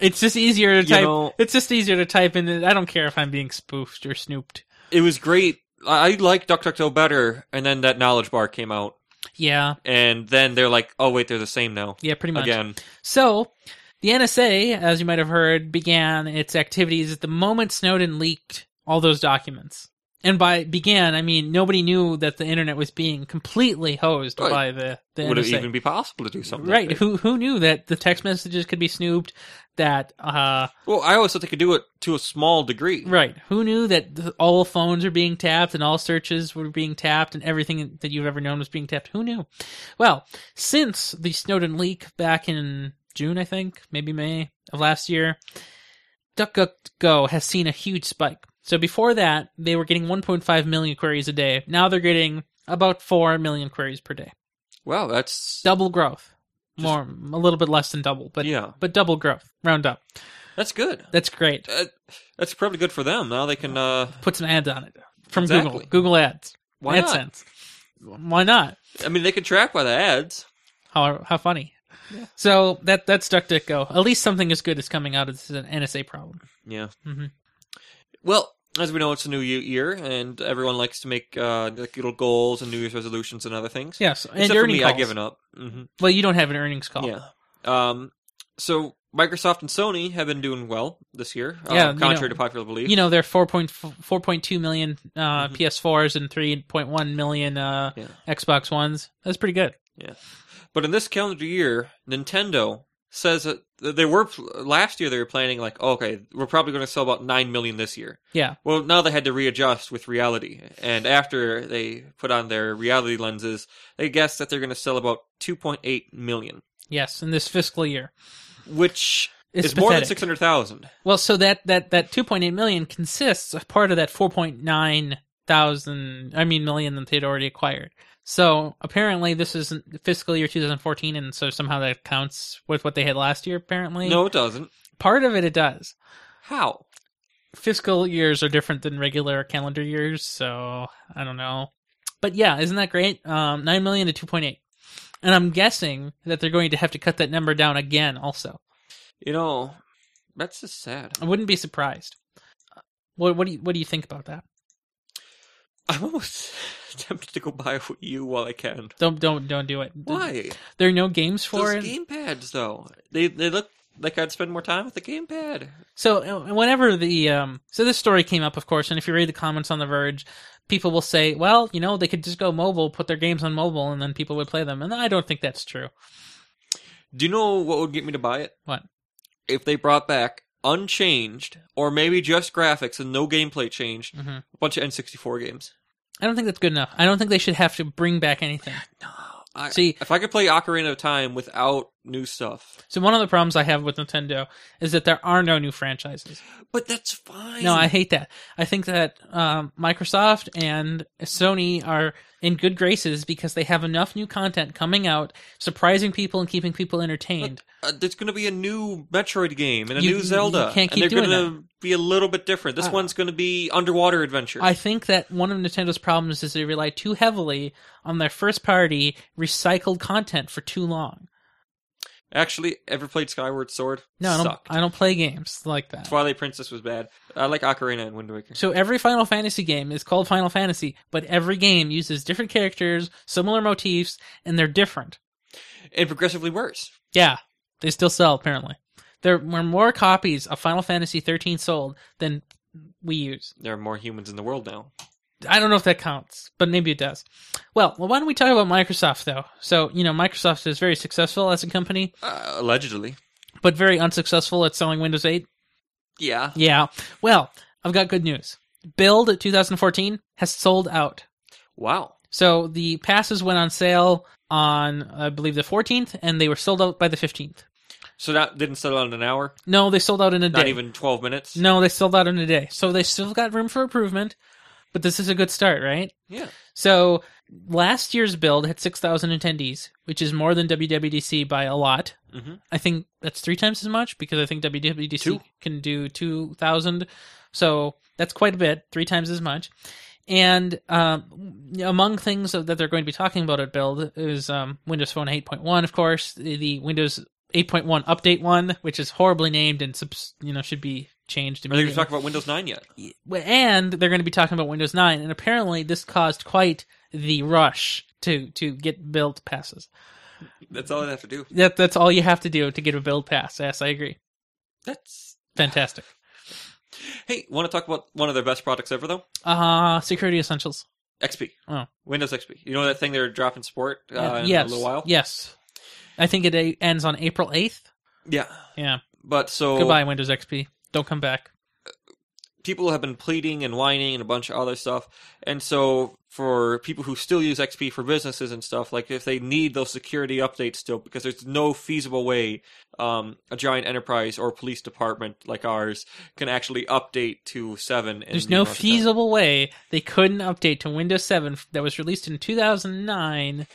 Speaker 2: It's just easier to
Speaker 1: You
Speaker 2: type.
Speaker 1: know-
Speaker 2: it's just easier to type in. it. I don't care if I'm being spoofed or snooped.
Speaker 1: It was great. I I like DuckDuckGo better, and then that knowledge bar came out,
Speaker 2: Yeah,
Speaker 1: and then they're like, oh wait, they're the same now.
Speaker 2: yeah, pretty much.
Speaker 1: Again,
Speaker 2: So, the NSA, as you might have heard, began its activities at the moment Snowden leaked all those documents. And by began, I mean nobody knew that the internet was being completely hosed
Speaker 1: Right.
Speaker 2: by the, the
Speaker 1: would it
Speaker 2: NSA.
Speaker 1: even be possible to do something?
Speaker 2: right?
Speaker 1: Like that?
Speaker 2: Who who knew that the text messages could be snooped? That uh,
Speaker 1: Well, I always thought they could do it to a small degree.
Speaker 2: right? Who knew that th- all phones are being tapped and all searches were being tapped and everything that you've ever known was being tapped? Who knew? Well, since the Snowden leak back in June, I think, maybe May of last year, DuckDuckGo has seen a huge spike. So before that, they were getting 1.5 million queries a day. Now they're getting about 4 million queries per day.
Speaker 1: Wow, that's
Speaker 2: Double growth.
Speaker 1: Just-
Speaker 2: More, a little bit less than double, but
Speaker 1: yeah,
Speaker 2: but double growth. Round up.
Speaker 1: that's good.
Speaker 2: That's great.
Speaker 1: That, that's probably good for them. Now they can. uh
Speaker 2: Put some ads on it from
Speaker 1: Exactly.
Speaker 2: Google. Google Ads.
Speaker 1: Why not?
Speaker 2: AdSense. Why not?
Speaker 1: I mean, they can track by the ads.
Speaker 2: How how funny. So that that's DuckDuckGo. At least something as good is coming out of this is an NSA problem.
Speaker 1: Yeah.
Speaker 2: Mhm.
Speaker 1: Well, as we know, it's a new ye- year, and everyone likes to make uh, like little goals and New Year's resolutions and other things.
Speaker 2: Yes, and
Speaker 1: Except for
Speaker 2: earning
Speaker 1: me,
Speaker 2: calls.
Speaker 1: I given up. hmm
Speaker 2: Well, you don't have an earnings call.
Speaker 1: Yeah. Um. So Microsoft and Sony have been doing well this year. um,
Speaker 2: Yeah, you
Speaker 1: contrary to
Speaker 2: know-
Speaker 1: popular belief.
Speaker 2: You know, they're 4.2 million uh,
Speaker 1: Mhm.
Speaker 2: PS4s and 3.1 million uh,
Speaker 1: Yeah.
Speaker 2: Xbox Ones. That's pretty good.
Speaker 1: But in this calendar year, Nintendo says that they were pl- last year they were planning like oh, okay we're probably going to sell about 9 million this year
Speaker 2: Yeah.
Speaker 1: well now they had to readjust with reality and after they put on their reality lenses they guessed that they're going to sell about 2.8 million
Speaker 2: Yes, in this fiscal year.
Speaker 1: which
Speaker 2: It's
Speaker 1: is more than
Speaker 2: pathetic.
Speaker 1: 600000
Speaker 2: Well, so that that that 2.8 million consists of part of that 4.9 thousand, I mean million that they'd already acquired. So apparently, this is fiscal year 2014, and so somehow that counts with what they had last year. Apparently,
Speaker 1: no it doesn't
Speaker 2: part of it it does.
Speaker 1: how
Speaker 2: Fiscal years are different than regular calendar years, so I don't know. But yeah, isn't that great? Um, Nine million to 2.8, and I'm guessing that they're going to have to cut that number down again. Also,
Speaker 1: you know that's just sad
Speaker 2: I wouldn't be surprised. What what do you what do you think about that?
Speaker 1: i'm almost tempted to go buy a wii u while i can
Speaker 2: Don't don't don't do it.
Speaker 1: why
Speaker 2: There are no games for
Speaker 1: Those
Speaker 2: it.
Speaker 1: game pads, though, they they look like I'd spend more time with the gamepad.
Speaker 2: So uh, whenever the um, so this story came up, of course, and if you read the comments on The Verge, people will say, well, you know, they could just go mobile, put their games on mobile, and then people would play them. And I don't think that's true.
Speaker 1: Do you know what would get me to buy it?
Speaker 2: What?
Speaker 1: If they brought back unchanged, or maybe just graphics and no gameplay change,
Speaker 2: Mhm.
Speaker 1: a bunch of N64 games.
Speaker 2: I don't think that's good enough. I don't think they should have to bring back anything.
Speaker 1: No, I,
Speaker 2: See-
Speaker 1: if I could play Ocarina of Time without new stuff,
Speaker 2: So one of the problems I have with Nintendo is that there are no new franchises.
Speaker 1: but that's fine.
Speaker 2: No, I hate that. I think that um, Microsoft and Sony are in good graces because they have enough new content coming out, surprising people and keeping people entertained.
Speaker 1: Uh, there's going to be a new Metroid game and a
Speaker 2: You-
Speaker 1: new
Speaker 2: you-
Speaker 1: Zelda,
Speaker 2: you can't
Speaker 1: and they're
Speaker 2: keep doing
Speaker 1: gonna be a little bit different. This
Speaker 2: Uh,
Speaker 1: one's going to be underwater adventure.
Speaker 2: I think that one of Nintendo's problems is they rely too heavily on their first party recycled content for too long.
Speaker 1: Actually, ever played Skyward Sword?
Speaker 2: No, I don't,
Speaker 1: Sucked.
Speaker 2: I don't play games like that.
Speaker 1: Twilight Princess was bad. I like Ocarina and Wind Waker.
Speaker 2: So every Final Fantasy game is called Final Fantasy, but every game uses different characters, similar motifs, and they're different.
Speaker 1: and progressively worse.
Speaker 2: Yeah, they still sell apparently. There were more copies of Final Fantasy 13 sold than we use.
Speaker 1: There are more humans in the world now.
Speaker 2: I don't know if that counts, but maybe it does. Well, why don't we talk about Microsoft though? So, you know, Microsoft is very successful as a company.
Speaker 1: Uh, allegedly.
Speaker 2: but very unsuccessful at selling Windows 8?
Speaker 1: Yeah.
Speaker 2: Yeah. Well, I've got good news. Build 2014 has sold out.
Speaker 1: Wow.
Speaker 2: So the passes went on sale on, I believe, the 14th, and they were sold out by the 15th.
Speaker 1: So that didn't settle out in an hour.
Speaker 2: No, they sold out in a
Speaker 1: Not
Speaker 2: day.
Speaker 1: even twelve minutes.
Speaker 2: No, they sold out in a day. So they still got room for improvement, but this is a good start, right?
Speaker 1: Yeah.
Speaker 2: So last year's build had 6,000 attendees, which is more than WWDC by a lot.
Speaker 1: Mhm.
Speaker 2: I think that's three times as much because I think WWDC
Speaker 1: Two.
Speaker 2: can do 2,000. So that's quite a bit, three times as much. And um, among things that they're going to be talking about at Build is um, Windows Phone 8.1, of course, the, the Windows 8.1 Update one, which is horribly named and subs- you know should be changed.
Speaker 1: Are they going
Speaker 2: immediately
Speaker 1: to talk about Windows Nine yet?
Speaker 2: and they're going to be talking about Windows 9, and apparently this caused quite the rush to to get build passes.
Speaker 1: That's all I have to do.
Speaker 2: That that's all you have to do to get a build pass. Yes, I agree.
Speaker 1: That's
Speaker 2: Fantastic.
Speaker 1: hey. Want to talk about one of their best products ever though?
Speaker 2: Uh security essentials.
Speaker 1: XP.
Speaker 2: Oh.
Speaker 1: Windows XP. You know that thing they're dropping support uh, in
Speaker 2: yes.
Speaker 1: a little while.
Speaker 2: Yes. I think it uh, ends on April 8th.
Speaker 1: Yeah.
Speaker 2: Yeah.
Speaker 1: But so
Speaker 2: Goodbye Windows XP. Don't come back.
Speaker 1: people have been pleading and whining and a bunch of other stuff. And so for people who still use XP for businesses and stuff, like if they need those security updates still, because there's no feasible way um, a giant enterprise or police department like ours can actually update to seven. And
Speaker 2: There's no
Speaker 1: amount of time.
Speaker 2: feasible way they couldn't update to Windows 7 f- that was released in 2009.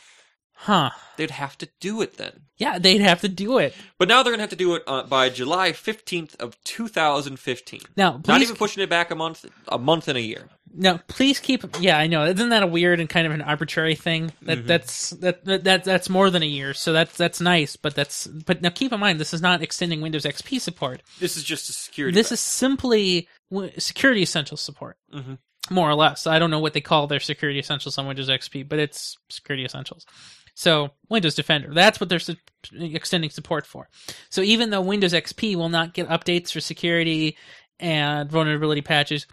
Speaker 2: Huh.
Speaker 1: They'd have to do it then.
Speaker 2: Yeah, they'd have to do it.
Speaker 1: But now they're gonna have to do it uh, by July 15th of 2015.
Speaker 2: Now,
Speaker 1: Not
Speaker 2: please
Speaker 1: even pushing it back a month, a month and a year.
Speaker 2: Now, please keep. Yeah, I know. Isn't that a weird and kind of an arbitrary thing? That that's that, that that that's more than a year. So that's that's nice, but that's but now keep in mind this is not extending Windows XP support.
Speaker 1: This is just a security.
Speaker 2: This is simply w- security essentials support,
Speaker 1: Mhm.
Speaker 2: more or less. I don't know what they call their security essentials on Windows XP, but it's security essentials. So Windows Defender, that's what they're su- extending support for. So even though Windows XP will not get updates for security and vulnerability patches,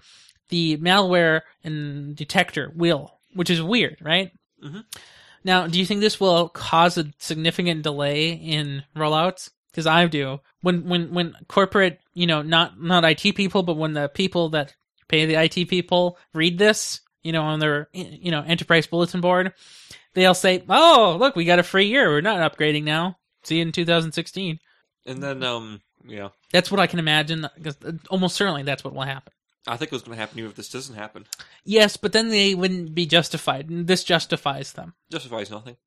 Speaker 2: the malware and detector will, which is weird, right?
Speaker 1: Mhm.
Speaker 2: Now, do you think this will cause a significant delay in rollouts? Because I do. When when when corporate, you know, not not IT people, but when the people that pay the IT people read this, you know, on their you know enterprise bulletin board, they'll say, "Oh, look, we got a free year. We're not upgrading now. See you in 2016."
Speaker 1: and then um yeah.
Speaker 2: That's what I can imagine. 'cause uh, almost certainly that's what will happen.
Speaker 1: I think it was going to happen even if this doesn't happen.
Speaker 2: Yes, but then they wouldn't be justified. and This justifies them.
Speaker 1: Justifies nothing.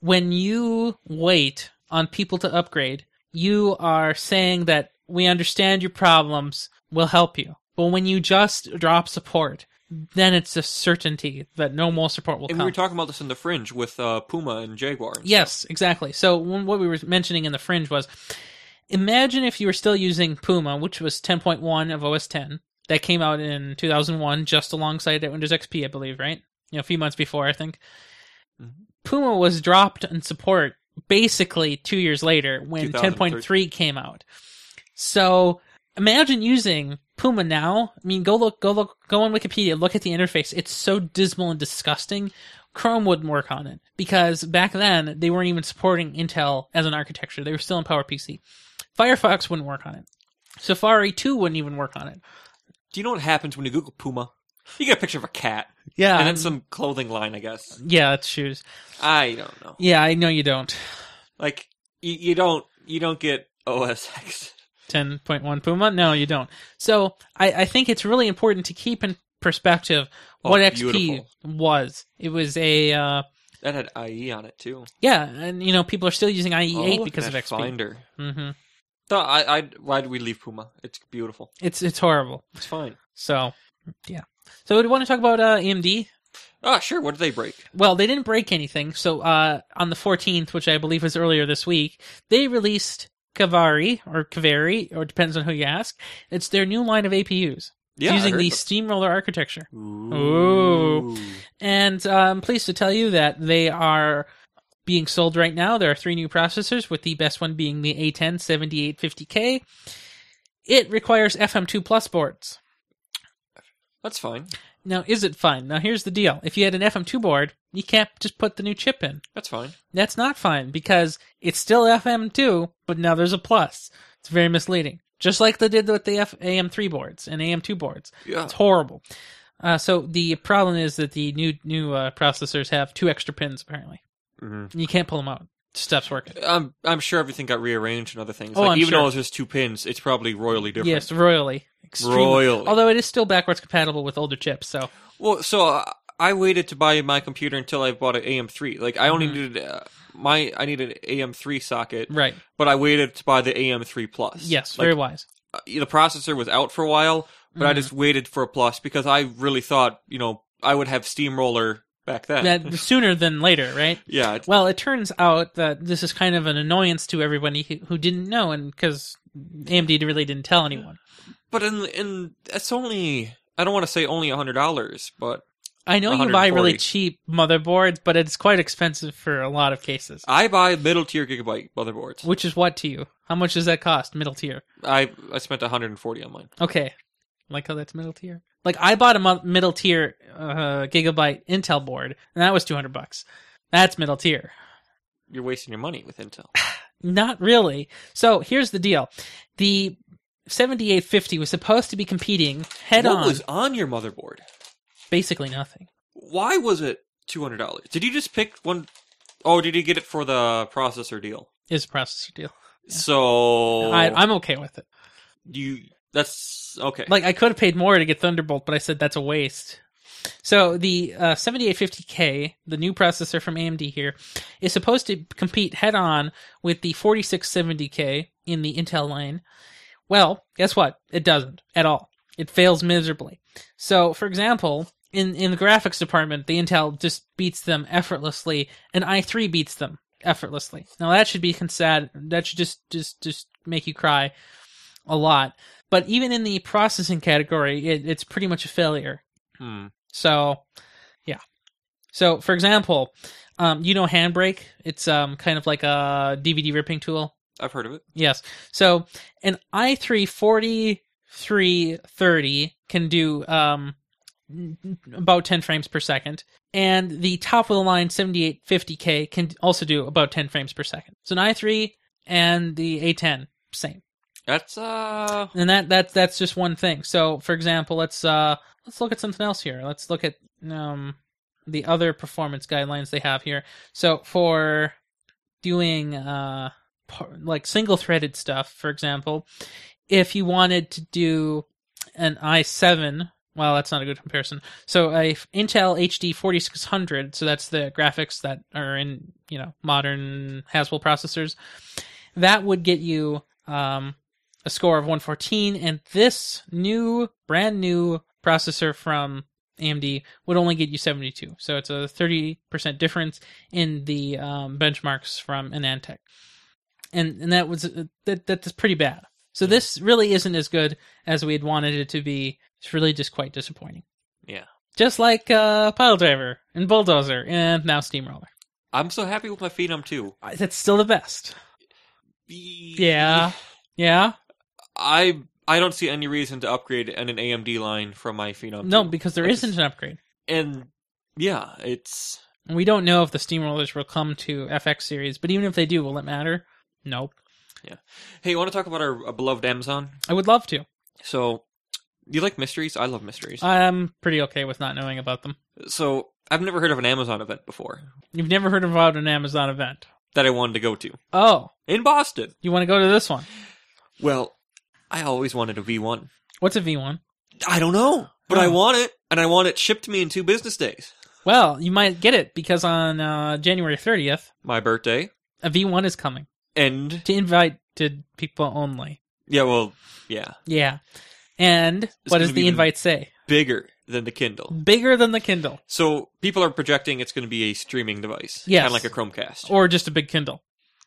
Speaker 2: When you wait on people to upgrade, you are saying that we understand your problems, we'll help you. But when you just drop support, then it's a certainty that no more support will
Speaker 1: And
Speaker 2: come.
Speaker 1: we were talking about this in the fringe with uh, Puma and Jaguar.
Speaker 2: Yes, exactly. So one- what we were mentioning in the fringe was imagine if you were still using Puma, which was 10.1 of OS 10 that came out in 2001 just alongside Windows XP, I believe, right? You know, a few months before, I think. Mm-hmm.
Speaker 1: Mhm.
Speaker 2: Puma was dropped in support basically 2 years later when
Speaker 1: 2003.
Speaker 2: 10.3 came out. So imagine using Puma now. I mean, go look, go look, go on Wikipedia, look at the interface. It's so dismal and disgusting. Chrome wouldn't work on it because back then they weren't even supporting Intel as an architecture. They were still in PowerPC. Firefox wouldn't work on it. Safari 2 wouldn't even work on it.
Speaker 1: Do you know what happens when you Google Puma? You get a picture of a cat
Speaker 2: Yeah.
Speaker 1: and then some clothing line, I guess.
Speaker 2: yeah, it's shoes.
Speaker 1: I don't know.
Speaker 2: Yeah, I know you don't.
Speaker 1: Like you, you don't you don't get OS X.
Speaker 2: 10.1 Puma? No, you don't. So I, I think it's really important to keep in perspective
Speaker 1: Oh,
Speaker 2: what XP
Speaker 1: beautiful.
Speaker 2: was. It was a, uh,
Speaker 1: That had IE on it too.
Speaker 2: yeah, and you know, people are still using IE8
Speaker 1: look
Speaker 2: E because
Speaker 1: at
Speaker 2: of
Speaker 1: that
Speaker 2: XP.
Speaker 1: Finder.
Speaker 2: hmm
Speaker 1: No, I, I, why do we leave Puma? It's beautiful.
Speaker 2: It's, it's horrible.
Speaker 1: It's fine.
Speaker 2: So, yeah. So, do you want to talk about uh, AMD?
Speaker 1: Ah, sure. What did they break?
Speaker 2: Well, they didn't break anything. So uh, on the 14th, which I believe was earlier this week, they released Kavari or Kavari, or depends on who you ask. It's their new line of APUs
Speaker 1: Yeah, I
Speaker 2: using
Speaker 1: heard
Speaker 2: the
Speaker 1: them.
Speaker 2: Steamroller architecture.
Speaker 1: Ooh.
Speaker 2: And uh, I'm pleased to tell you that they are being sold right now. There are three new processors, with the best one being the A10 7850K. It requires FM2 plus boards.
Speaker 1: That's fine.
Speaker 2: Now, is it fine? Now, here's the deal. If you had an FM2 board, you can't just put the new chip in.
Speaker 1: That's fine.
Speaker 2: That's not fine because it's still FM2, but now there's a plus. It's very misleading. Just like they did with the F- AM3 boards and AM2 boards.
Speaker 1: Yeah.
Speaker 2: It's horrible. Uh, so the problem is that the new new uh, processors have two extra pins apparently.
Speaker 1: Mhm.
Speaker 2: You can't pull them out. Stuff's working.
Speaker 1: I'm I'm sure everything got rearranged and other things.
Speaker 2: Oh,
Speaker 1: like
Speaker 2: I'm
Speaker 1: even
Speaker 2: sure.
Speaker 1: though it's just two pins, it's probably royally different.
Speaker 2: Yes, royally. Extremely.
Speaker 1: Royally.
Speaker 2: Although it is still backwards compatible with older chips, so
Speaker 1: Well, so uh, I waited to buy my computer until I bought an AM3. Like I only
Speaker 2: Mhm.
Speaker 1: needed uh, my I needed an AM3 socket,
Speaker 2: right.
Speaker 1: but I waited to buy the AM3 Plus.
Speaker 2: Yes,
Speaker 1: like,
Speaker 2: very wise.
Speaker 1: uh, the processor was out for a while, but I
Speaker 2: Mhm.
Speaker 1: just waited for a Plus because I really thought you know I would have Steamroller back then.
Speaker 2: That sooner than later, right?
Speaker 1: yeah, it's-
Speaker 2: Well, it turns out that this is kind of an annoyance to everybody who- who didn't know, and because AMD really didn't tell anyone.
Speaker 1: but in in that's only I don't want to say only a hundred dollars, but
Speaker 2: I know you buy really
Speaker 1: 140.
Speaker 2: cheap motherboards, but it's quite expensive for a lot of cases.
Speaker 1: I buy middle tier gigabyte motherboards.
Speaker 2: Which is what to you? How much does that cost? Middle tier.
Speaker 1: I I spent 140 on mine.
Speaker 2: Okay, like how that's middle tier. Like I bought a mo- middle tier uh, gigabyte Intel board, and that was two hundred bucks. That's middle tier.
Speaker 1: You're wasting your money with Intel.
Speaker 2: Not really. So here's the deal: the 7850 was supposed to be competing head
Speaker 1: what
Speaker 2: on.
Speaker 1: was on your motherboard?
Speaker 2: basically nothing.
Speaker 1: Why was it two hundred dollars? Did you just pick one Oh, did you get it for the processor deal?
Speaker 2: Is a processor deal.
Speaker 1: So
Speaker 2: I, I'm okay with it.
Speaker 1: you that's okay.
Speaker 2: Like I could have paid more to get Thunderbolt, but I said that's a waste. So the uh, 7850K, the new processor from AMD here, is supposed to compete head on with the 4670K in the Intel line. Well, guess what? It doesn't at all. It fails miserably. So, for example, in in the graphics department, the Intel just beats them effortlessly, and i3 beats them effortlessly. Now that should be con- sad. That should just just just make you cry a lot. But even in the processing category, it, it's pretty much a failure.
Speaker 1: Hmm.
Speaker 2: So, yeah. So, for example, um, you know Handbrake. It's um, kind of like a DVD ripping tool.
Speaker 1: I've heard of it.
Speaker 2: Yes. So an i3 4330 can do um n- n- about 10 frames per second and the top of the line 7850K can also do about 10 frames per second. So an i3 and the A10 same.
Speaker 1: That's uh
Speaker 2: And that that that's just one thing. So for example, let's uh let's look at something else here. Let's look at um the other performance guidelines they have here. So for doing uh par- like single threaded stuff, for example, if you wanted to do an i7, well, that's not a good comparison. So a f- Intel HD 4600, so that's the graphics that are in, you know, modern Haswell processors, that would get you um a score of 114 and this new brand new processor from AMD would only get you 72. So it's a 30% difference in the um, benchmarks from Anantech. And and that was uh, that that's pretty bad. So this really isn't as good as we had wanted it to be. It's really just quite disappointing.
Speaker 1: Yeah.
Speaker 2: Just like uh, Piledriver and Bulldozer and now Steamroller.
Speaker 1: I'm so happy with my Phenom too.
Speaker 2: I- That's still the best.
Speaker 1: Yeah.
Speaker 2: Yeah. Yeah.
Speaker 1: I I don't see any reason to upgrade an an AMD line from my Phenom.
Speaker 2: No,
Speaker 1: 2.
Speaker 2: because there
Speaker 1: I just-
Speaker 2: isn't an upgrade.
Speaker 1: and yeah, it's
Speaker 2: And we don't know if the steamrollers will come to FX series, but even if they do, will it matter? Nope.
Speaker 1: Hey, you want to talk about our uh, beloved Amazon?
Speaker 2: I would love to.
Speaker 1: So, do you like mysteries? I love mysteries.
Speaker 2: I'm pretty okay with not knowing about them.
Speaker 1: so, I've never heard of an Amazon event before
Speaker 2: You've never heard about an Amazon event.
Speaker 1: that I wanted to go to
Speaker 2: Oh,
Speaker 1: in Boston.
Speaker 2: you want to go to this one?
Speaker 1: Well, I always wanted a V1.
Speaker 2: What's a V1?
Speaker 1: I don't know, but I
Speaker 2: Oh.
Speaker 1: want it, and I want it shipped to me in two business days.
Speaker 2: Well, you might get it because on uh, January 30th,
Speaker 1: My birthday,
Speaker 2: a V1 is coming
Speaker 1: and
Speaker 2: to invited people only.
Speaker 1: yeah, well, yeah,
Speaker 2: Yeah. And what
Speaker 1: gonna
Speaker 2: does
Speaker 1: be
Speaker 2: the
Speaker 1: even-
Speaker 2: invite say?
Speaker 1: bigger than the Kindle.
Speaker 2: Bigger than the Kindle
Speaker 1: So people are projecting it's going to be a streaming device,
Speaker 2: Yes.
Speaker 1: kind of like a Chromecast
Speaker 2: or just a big Kindle.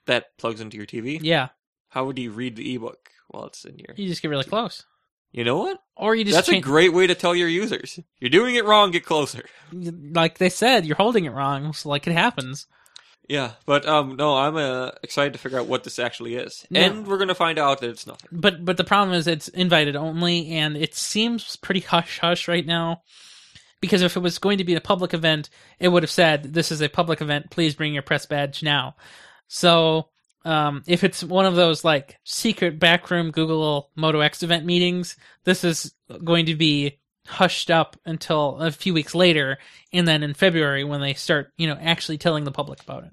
Speaker 1: that plugs into your TV.
Speaker 2: Yeah.
Speaker 1: How would you read the ebook while it's in your?
Speaker 2: You just get really close.
Speaker 1: You know what?
Speaker 2: Or you just
Speaker 1: That's a
Speaker 2: change-
Speaker 1: great way to tell your users. You're doing it wrong, get closer.
Speaker 2: like they said, you're holding it wrong, so like it happens.
Speaker 1: Yeah, but um no, I'm uh, excited to figure out what this actually is.
Speaker 2: Yeah.
Speaker 1: And we're going to find out that it's nothing.
Speaker 2: But but the problem is it's invited only, and it seems pretty hush hush right now. Because if it was going to be a public event, it would have said, "This is a public event. Please bring your press badge now." So um, if it's one of those like secret backroom Google Moto X event meetings, this is going to be hushed up until a few weeks later, and then in February when they start, you know, actually telling the public about it.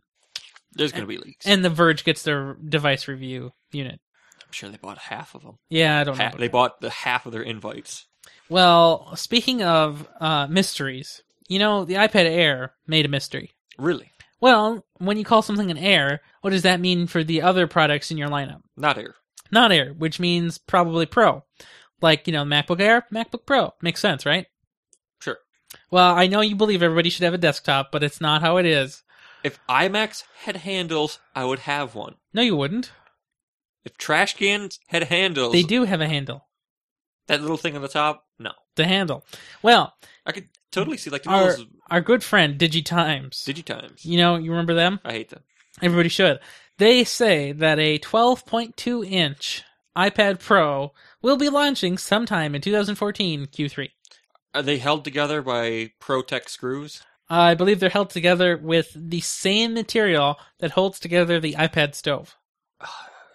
Speaker 1: There's going to be leaks.
Speaker 2: And The Verge gets their device review unit.
Speaker 1: I'm sure they bought half of them.
Speaker 2: Yeah, I don't know.
Speaker 1: Ha-
Speaker 2: about
Speaker 1: they
Speaker 2: that.
Speaker 1: bought the half of their invites.
Speaker 2: Well, speaking of uh, mysteries, you know, the iPad Air made a mystery.
Speaker 1: Really?
Speaker 2: Well, when you call something an Air, what does that mean for the other products in your lineup?
Speaker 1: Not air.
Speaker 2: Not Air, which means probably Pro. Like, you know, MacBook Air, MacBook Pro. Makes sense, right?
Speaker 1: Sure.
Speaker 2: Well, I know you believe everybody should have a desktop, but it's not how it is.
Speaker 1: If IMAX had handles, I would have one.
Speaker 2: No, you wouldn't.
Speaker 1: If trash cans had handles,
Speaker 2: They do have a handle.
Speaker 1: that little thing on the top, no.
Speaker 2: The handle. Well,
Speaker 1: I could totally see like
Speaker 2: our,
Speaker 1: those
Speaker 2: our good friend Digitimes.
Speaker 1: digitimes.
Speaker 2: you know, you remember them?
Speaker 1: I hate them.
Speaker 2: Everybody should. They say that a 12.2 inch iPad Pro will be launching sometime in 2014 Q3.
Speaker 1: Are they held together by ProTech screws?
Speaker 2: I believe they're held together with the same material that holds together the iPad stove.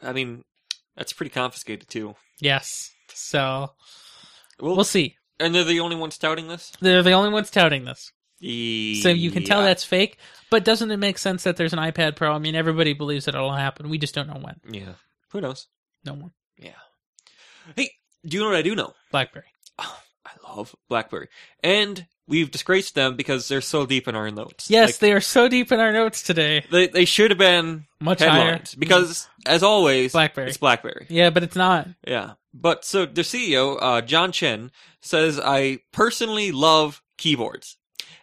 Speaker 1: I mean, that's pretty confiscated too.
Speaker 2: Yes. So
Speaker 1: Well,
Speaker 2: we'll see.
Speaker 1: and they're the only ones touting this.
Speaker 2: They're the only ones touting this. So you can tell
Speaker 1: Yeah.
Speaker 2: that's fake, but doesn't it make sense that there's an iPad Pro? I mean, everybody believes that it'll happen. We just don't know when.
Speaker 1: Yeah. Who knows?
Speaker 2: No one.
Speaker 1: Do you know what I do know?
Speaker 2: BlackBerry.
Speaker 1: I love BlackBerry, and we've disgraced them because they're so deep in our notes.
Speaker 2: Yes,
Speaker 1: Like,
Speaker 2: they are so deep in our notes today.
Speaker 1: they they should have been
Speaker 2: Much
Speaker 1: headlines
Speaker 2: higher.
Speaker 1: because, as always,
Speaker 2: BlackBerry.
Speaker 1: It's BlackBerry.
Speaker 2: Yeah, but it's not.
Speaker 1: Yeah. But so their CEO, uh, John Chen, says, I personally love keyboards.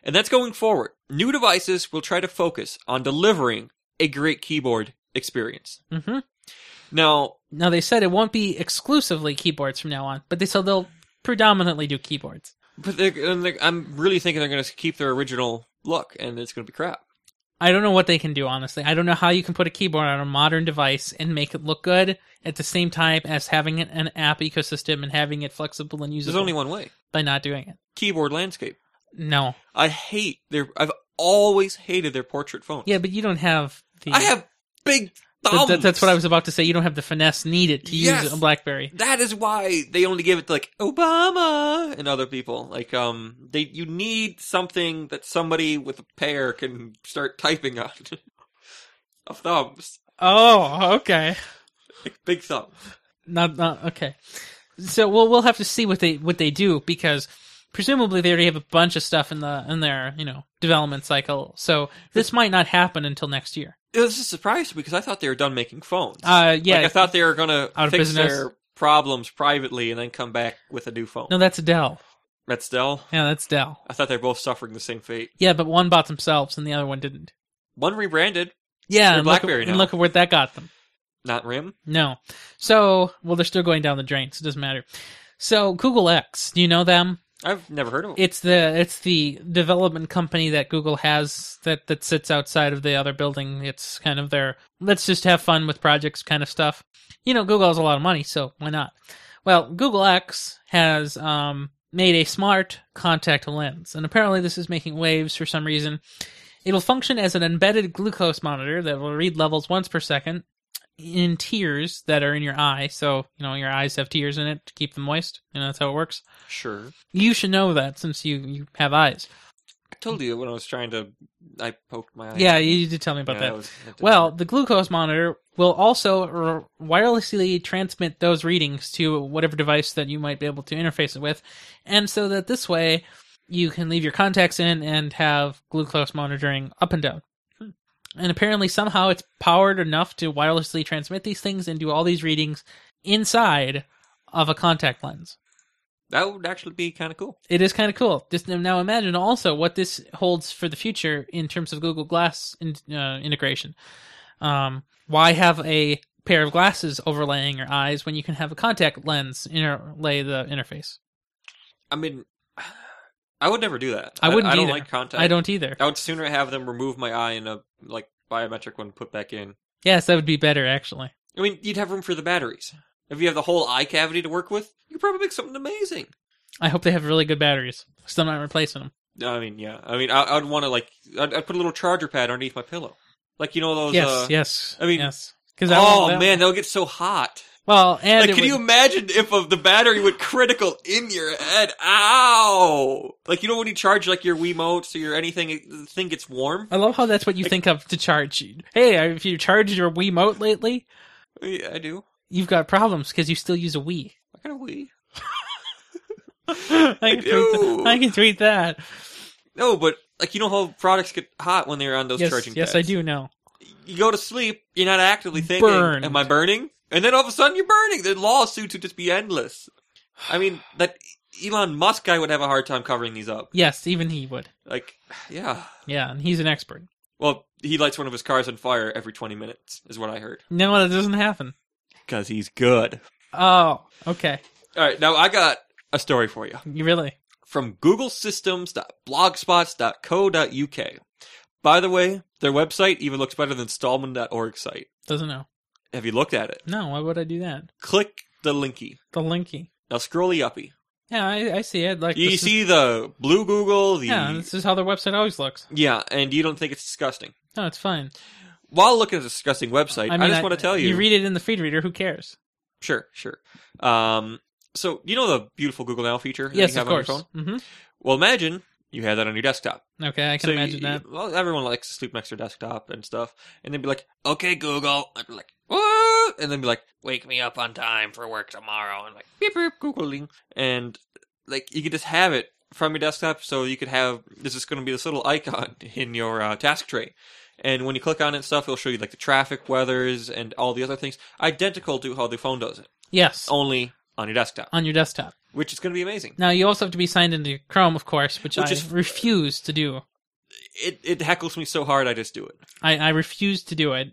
Speaker 1: And that's going forward. New devices will try to focus on delivering a great keyboard experience.
Speaker 2: hmm
Speaker 1: Now,
Speaker 2: Now they said it won't be exclusively keyboards from now on, but they said they'll predominantly do keyboards.
Speaker 1: but they're, and they're, I'm really thinking they're going to keep their original look and it's going to be crap.
Speaker 2: I don't know what they can do, honestly. I don't know how you can put a keyboard on a modern device and make it look good at the same time as having an- an app ecosystem and having it flexible and
Speaker 1: There's
Speaker 2: usable
Speaker 1: only one way
Speaker 2: by not doing it.
Speaker 1: keyboard landscape.
Speaker 2: No.
Speaker 1: I hate their, I've always hated their portrait phones.
Speaker 2: Yeah, but you don't have the.
Speaker 1: I have big
Speaker 2: Th- th-
Speaker 1: thumbs.
Speaker 2: that's what I was about to say. You don't have the finesse needed to
Speaker 1: Yes.
Speaker 2: use a BlackBerry.
Speaker 1: that is why they only give it to like Obama and other people. Like, um, they you need something that somebody with a pair can start typing on of thumbs,
Speaker 2: Oh, okay.
Speaker 1: like big thumb.
Speaker 2: Not, not okay. So we'll we'll have to see what they what they do because presumably they already have a bunch of stuff in the in their you know development cycle. So this might not happen until next year.
Speaker 1: It was a surprise to me because I thought they were done making phones.
Speaker 2: Uh, yeah.
Speaker 1: like, I thought they were gonna
Speaker 2: Out of
Speaker 1: fix
Speaker 2: business.
Speaker 1: their problems privately and then come back with a new phone.
Speaker 2: no, that's Dell.
Speaker 1: That's Dell.
Speaker 2: Yeah, that's Dell.
Speaker 1: I thought they were both suffering the same fate.
Speaker 2: Yeah, but one bought themselves and the other one didn't.
Speaker 1: One rebranded,
Speaker 2: Yeah,
Speaker 1: They're
Speaker 2: and look, at-
Speaker 1: BlackBerry
Speaker 2: and
Speaker 1: now.
Speaker 2: look at where that got them.
Speaker 1: not Rim.
Speaker 2: No, so well they're still going down the drain, so it doesn't matter. So Google X, do you know them?
Speaker 1: I've never heard of them.
Speaker 2: It's the it's the development company that Google has that that sits outside of the other building. It's kind of their let's just have fun with projects kind of stuff. You know, Google has a lot of money, so why not? Well, Google X has um, made a smart contact lens, and apparently this is making waves for some reason. It'll function as an embedded glucose monitor that will read levels once per second in tears that are in your eye. So, you know, your eyes have tears in it to keep them moist. You know, that's how it works.
Speaker 1: sure.
Speaker 2: You should know that since you, you have eyes.
Speaker 1: I told you when I was trying to, I poked my eye.
Speaker 2: Yeah, you did tell me about
Speaker 1: Yeah,
Speaker 2: that.
Speaker 1: was- didn't
Speaker 2: well, the glucose monitor will also r- wirelessly transmit those readings to whatever device that you might be able to interface it with. And so that this way, you can leave your contacts in and have glucose monitoring up and down. Hmm. And apparently, somehow it's powered enough to wirelessly transmit these things and do all these readings inside of a contact lens.
Speaker 1: That would actually be kind of cool.
Speaker 2: it is kind of cool. Just now imagine also what this holds for the future in terms of Google Glass in, uh, integration. Um, why have a pair of glasses overlaying your eyes when you can have a contact lens interlay the interface?
Speaker 1: I mean, I would never do that.
Speaker 2: I wouldn't
Speaker 1: I, don't
Speaker 2: either.
Speaker 1: like contact.
Speaker 2: I don't either.
Speaker 1: I would sooner have them remove my eye and a like biometric one put back in.
Speaker 2: Yes, that would be better actually.
Speaker 1: I mean, you'd have room for the batteries. If you have the whole eye cavity to work with, you could probably make something amazing.
Speaker 2: I hope they have really good batteries because I'm not replacing them.
Speaker 1: I mean, yeah. I mean, I, I'd want to like, I'd, I'd put a little charger pad underneath my pillow, like you know those.
Speaker 2: yes,
Speaker 1: uh,
Speaker 2: yes.
Speaker 1: I mean-
Speaker 2: yes. Because
Speaker 1: Oh man, that'll get so hot.
Speaker 2: well, and
Speaker 1: Like,
Speaker 2: it
Speaker 1: can
Speaker 2: would-
Speaker 1: you imagine if of the battery went critical in your head? Ow! Like you know when you charge like your Wiimotes or your anything, it- the thing gets warm.
Speaker 2: I love how that's what you think of to charge. Hey, have you charged your Wiimote lately?
Speaker 1: Yeah, I do.
Speaker 2: You've got problems because you still use a Wii.
Speaker 1: I got a Wii.
Speaker 2: I, can Tweet
Speaker 1: do.
Speaker 2: that. I can tweet that.
Speaker 1: No, but like you know how products get hot when they're on those
Speaker 2: yes,
Speaker 1: charging.
Speaker 2: yes,
Speaker 1: pads?
Speaker 2: I do know.
Speaker 1: You go to sleep, you're not actively thinking,
Speaker 2: Burned.
Speaker 1: "Am I burning?" And then all of a sudden, you're burning. The lawsuits would just be endless. I mean, that Elon Musk guy would have a hard time covering these up.
Speaker 2: Yes, even he would.
Speaker 1: Like, yeah.
Speaker 2: Yeah, and he's an expert.
Speaker 1: Well, he lights one of his cars on fire every 20 minutes, is what I heard.
Speaker 2: No, that doesn't happen.
Speaker 1: Because he's good.
Speaker 2: Oh, okay.
Speaker 1: All right, now I got a story for you
Speaker 2: You really?
Speaker 1: from googlesystems.blogspots.co.uk. By the way, their website even looks better than stallman.org site.
Speaker 2: Doesn't know.
Speaker 1: Have you looked at it?
Speaker 2: No, why would I do that?
Speaker 1: Click the linky.
Speaker 2: The linky.
Speaker 1: Now scrolly uppy.
Speaker 2: Yeah, I, I see it. Like
Speaker 1: You
Speaker 2: this is-
Speaker 1: see the blue Google, the
Speaker 2: yeah, this is how their website always looks.
Speaker 1: Yeah, and you don't think it's disgusting.
Speaker 2: No, it's fine.
Speaker 1: While looking at a disgusting website, I, just want to tell you,
Speaker 2: You read it in the feed reader. Who cares?
Speaker 1: sure, sure. Um, so you know the beautiful Google Now feature that
Speaker 2: yes,
Speaker 1: you have
Speaker 2: of course.
Speaker 1: on your phone.
Speaker 2: hmm
Speaker 1: Well, imagine you have that on your desktop.
Speaker 2: Okay, I can
Speaker 1: so
Speaker 2: imagine
Speaker 1: you-
Speaker 2: that.
Speaker 1: Well, everyone likes to sleep next to their desktop and stuff, and they'd be like, "Okay, Google," I'd be like, "What?" and then be like, "Wake me up on time for work tomorrow," and like, "Beep beep, Googling," and like you could just have it from your desktop, so you could have this is going to be this little icon in your uh, task tray. And when you click on it and stuff, it'll show you like the traffic, weathers, and all the other things, identical to how the phone does it,
Speaker 2: Yes,
Speaker 1: only on your desktop,
Speaker 2: on your desktop.
Speaker 1: which is going to be amazing.
Speaker 2: Now you also have to be signed into Chrome, of course, which,
Speaker 1: Which
Speaker 2: I
Speaker 1: is-
Speaker 2: refuse to do.
Speaker 1: It it heckles me so hard, I just do it.
Speaker 2: I, I refuse to do it.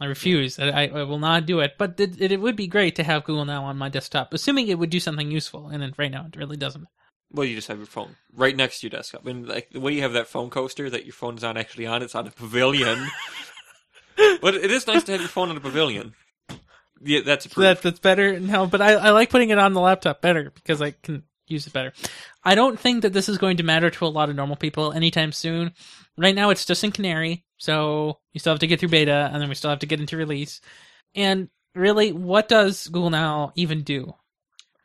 Speaker 2: I refuse. I, I I will not do it. But it, it would be great to have Google Now on my desktop, assuming it would do something useful. And then right now, it really doesn't.
Speaker 1: Well, you just have your phone right next to your desktop, and like the way you have that phone coaster that your phone's not actually on; it's on a pavilion. but it is nice to have your phone on a pavilion. Yeah, that's approved.
Speaker 2: That that's better. No, but I, I like putting it on the laptop better because I can use it better. I don't think that this is going to matter to a lot of normal people anytime soon. Right now, it's just in Canary, so you still have to get through beta, and then we still have to get into release. And really, what does Google Now even do?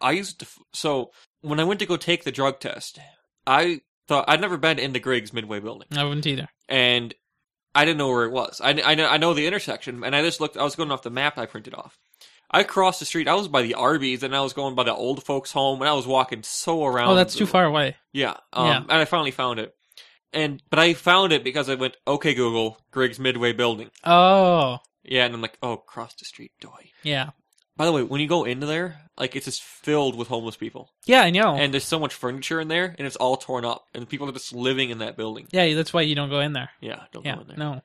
Speaker 1: I used to. f- So when I went to go take the drug test, I thought I'd never been into Griggs Midway Building,
Speaker 2: I wouldn't either.
Speaker 1: and I didn't know where it was. I I know, I know the intersection, and I just looked. I was going off the map I printed off. I crossed the street. I was by the Arby's, and I was going by the old folks' home, and I was walking so around.
Speaker 2: Oh, that's too
Speaker 1: the-
Speaker 2: far away.
Speaker 1: Yeah. Um,
Speaker 2: Yeah.
Speaker 1: And I finally found it. And but I found it because I went, okay, Google, Griggs Midway Building.
Speaker 2: Oh,
Speaker 1: Yeah, and I'm like, oh, cross the street, doy.
Speaker 2: yeah,
Speaker 1: By the way, when you go into there, like it's just filled with homeless people,
Speaker 2: yeah, I know.
Speaker 1: and there's so much furniture in there, and it's all torn up, and people are just living in that building.
Speaker 2: Yeah, that's why you don't go in there.
Speaker 1: Yeah, don't
Speaker 2: Yeah,
Speaker 1: go in there.
Speaker 2: no.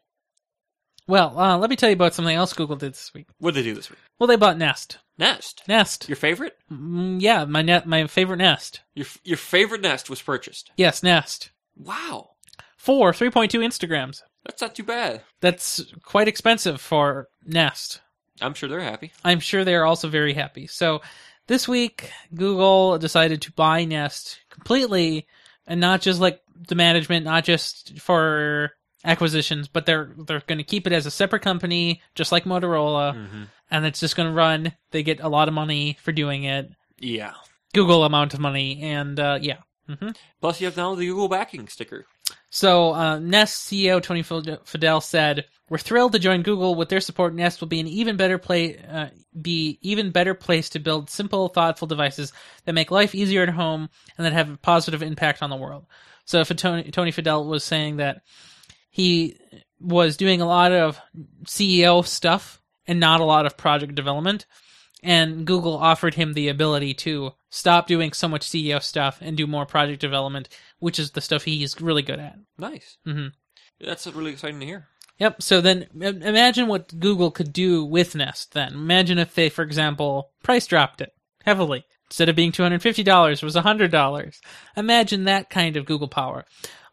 Speaker 2: Well, uh, let me tell you about something else Google did this week.
Speaker 1: What did they do this week?
Speaker 2: Well, they bought Nest.
Speaker 1: Nest.
Speaker 2: Nest.
Speaker 1: Your favorite?
Speaker 2: Mm, yeah, my net, my favorite Nest.
Speaker 1: Your f- your favorite Nest was purchased.
Speaker 2: Yes, Nest.
Speaker 1: Wow,
Speaker 2: Four 3.2 Instagrams.
Speaker 1: that's not too bad.
Speaker 2: That's quite expensive for Nest.
Speaker 1: I'm sure they're happy.
Speaker 2: I'm sure they are also very happy. So, this week Google decided to buy Nest completely, and not just like the management, not just for acquisitions, but they're they're going to keep it as a separate company, just like Motorola.
Speaker 1: Mm-hmm.
Speaker 2: and it's just going to run. They get a lot of money for doing it,
Speaker 1: Yeah.
Speaker 2: Google amount of money, and uh, yeah. hmm
Speaker 1: Plus, you have now the Google backing sticker.
Speaker 2: So uh, Nest CEO Tony Fide- Fadell said, "We're thrilled to join Google. With their support, Nest will be an even better play, uh, be even better place to build simple, thoughtful devices that make life easier at home and that have a positive impact on the world." So if Tony Tony Fadell was saying that he was doing a lot of CEO stuff and not a lot of project development. And Google offered him the ability to stop doing so much CEO stuff and do more project development, which is the stuff he's really good at.
Speaker 1: Nice.
Speaker 2: Mhm.
Speaker 1: That's really exciting to hear.
Speaker 2: Yep. So then im- imagine what Google could do with Nest then. Imagine if they, for example, price dropped it heavily. Instead of being $250, it was $100. Imagine that kind of Google power.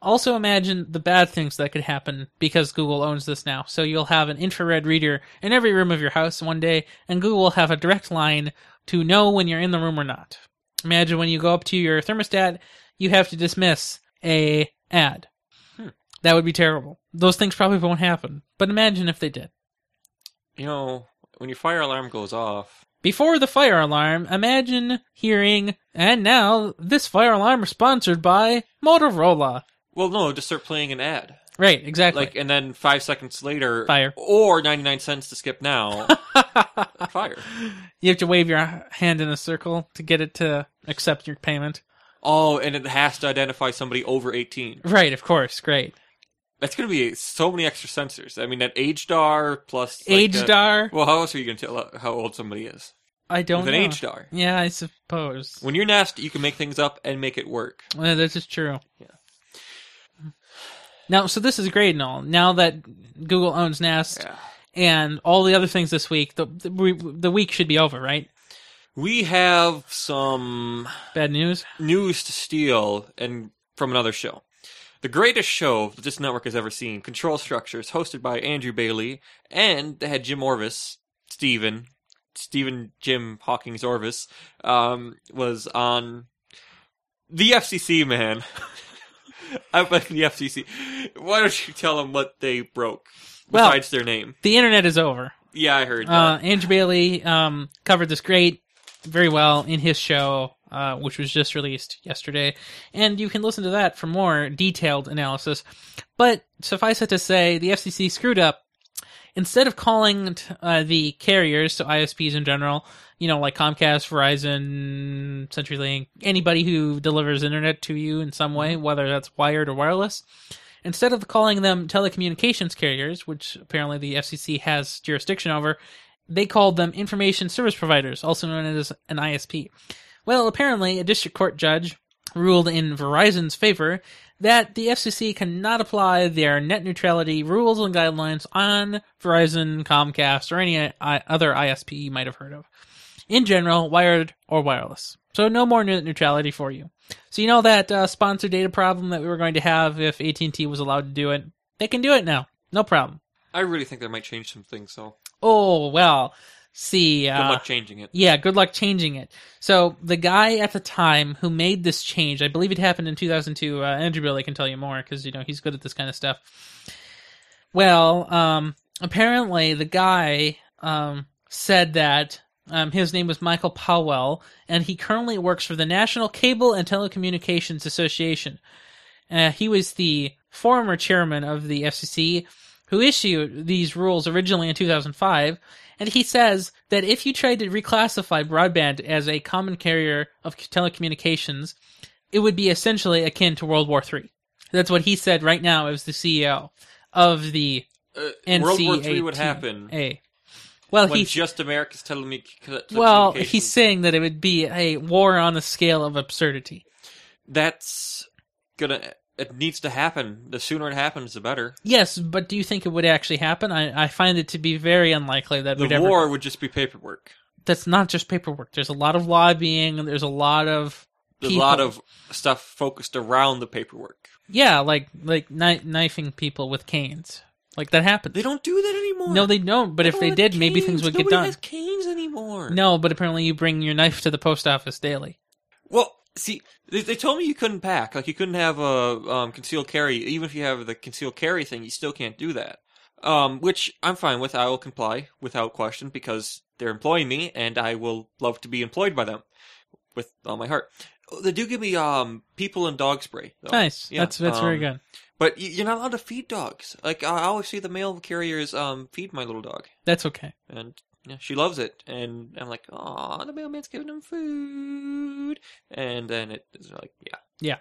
Speaker 2: Also imagine the bad things that could happen because Google owns this now. So you'll have an infrared reader in every room of your house one day, and Google will have a direct line to know when you're in the room or not. Imagine when you go up to your thermostat, you have to dismiss a ad. That would be terrible. Those things probably won't happen. But imagine if they did.
Speaker 1: You know, when your fire alarm goes off,
Speaker 2: Before the fire alarm, imagine hearing, and now this fire alarm is sponsored by Motorola.
Speaker 1: well, no, just start playing an ad.
Speaker 2: Right, exactly.
Speaker 1: Like, and then five seconds later,
Speaker 2: Fire.
Speaker 1: or 99 cents to skip now, fire.
Speaker 2: you have to wave your hand in a circle to get it to accept your payment.
Speaker 1: Oh, and it has to identify somebody over 18.
Speaker 2: Right, of course, great.
Speaker 1: That's going to be so many extra sensors. I mean, that age dar plus. Like uh,
Speaker 2: age
Speaker 1: that-
Speaker 2: dar?
Speaker 1: Well, how else are you going to tell uh, how old somebody is?
Speaker 2: I don't
Speaker 1: With an
Speaker 2: know.
Speaker 1: age dar.
Speaker 2: Yeah, I suppose.
Speaker 1: When you're nasty, you can make things up and make it work.
Speaker 2: Well, this is true.
Speaker 1: Yeah.
Speaker 2: Now, so this is great and all. Now that Google owns Nest
Speaker 1: Yeah.
Speaker 2: and all the other things this week, the, the we- the week should be over, right?
Speaker 1: We have some
Speaker 2: Bad news.
Speaker 1: news to steal and from another show. The greatest show that this network has ever seen, Control Structures, hosted by Andrew Bailey, and they had Jim Orvis, Stephen, Stephen Jim Hawkins Orvis, um, was on the FCC, man. I blame the FCC. Why don't you tell them what they broke
Speaker 2: Well-
Speaker 1: besides their name?
Speaker 2: The internet is over.
Speaker 1: Yeah, I heard. that.
Speaker 2: Uh, Andrew Bailey um, covered this great, very well in his show, uh, which was just released yesterday, and you can listen to that for more detailed analysis. But suffice it to say, the FCC screwed up. Instead of calling t- uh, the carriers, so ISPs in general, you know, like Comcast, Verizon, CenturyLink, anybody who delivers internet to you in some way, whether that's wired or wireless, instead of calling them telecommunications carriers, which apparently the FCC has jurisdiction over, they called them information service providers, also known as an ISP. Well, apparently, a district court judge ruled in Verizon's favor that the FCC cannot apply their net neutrality rules and guidelines on Verizon, Comcast, or any I- other ISP you might have heard of. In general, wired or wireless. So no more net neutrality for you. So you know that uh, sponsored data problem that we were going to have if AT&T was allowed to do it? They can do it now. No problem.
Speaker 1: I really think that might change some things, so
Speaker 2: Oh, well. See,
Speaker 1: good
Speaker 2: uh,
Speaker 1: luck changing it.
Speaker 2: yeah, good luck changing it. So the guy at the time who made this change, I believe it happened in 2002. Uh, Andrew Bailey can tell you more because you know he's good at this kind of stuff. Well, um, apparently the guy um, said that um, his name was Michael Powell, and he currently works for the National Cable and Telecommunications Association. Uh, he was the former chairman of the FCC who issued these rules originally in 2005, and he says that if you tried to reclassify broadband as a common carrier of telecommunications, it would be essentially akin to World War III. That's what he said right now as the CEO of the
Speaker 1: Uh,
Speaker 2: NCAA.
Speaker 1: World War Three would happen.
Speaker 2: Well,
Speaker 1: when
Speaker 2: he
Speaker 1: just America's telling
Speaker 2: well he's saying that it would be a war on a scale of absurdity.
Speaker 1: that's gonna it needs to happen. The sooner it happens, the better.
Speaker 2: Yes, but do you think it would actually happen? I, I find it to be very unlikely that
Speaker 1: The
Speaker 2: we'd ever-
Speaker 1: war would just be paperwork.
Speaker 2: That's not just paperwork. There's a lot of lobbying. and There's a lot of
Speaker 1: There's a lot
Speaker 2: people-
Speaker 1: of stuff focused around the paperwork.
Speaker 2: yeah, like like kni- knifing people with canes. Like that happens.
Speaker 1: They don't do that anymore.
Speaker 2: no, they don't. But if they did, maybe things would get done.
Speaker 1: Has canes anymore?
Speaker 2: No, but apparently you bring your knife to the post office daily.
Speaker 1: Well, see, they, they told me you couldn't pack. Like you couldn't have a um, concealed carry. Even if you have the concealed carry thing, you still can't do that. Um, which I'm fine with. I will comply without question because they're employing me, and I will love to be employed by them with all my heart. Oh, They do give me um people and dog spray. Though.
Speaker 2: nice.
Speaker 1: Oh, Yeah,
Speaker 2: that's that's very
Speaker 1: um,
Speaker 2: good.
Speaker 1: But y- you're not allowed to feed dogs. Like I always see the mail carriers um feed my little dog,
Speaker 2: That's okay.
Speaker 1: and you know, she loves it. And I'm like, oh, the mailman's giving him food, and then it is like, yeah,
Speaker 2: Yeah.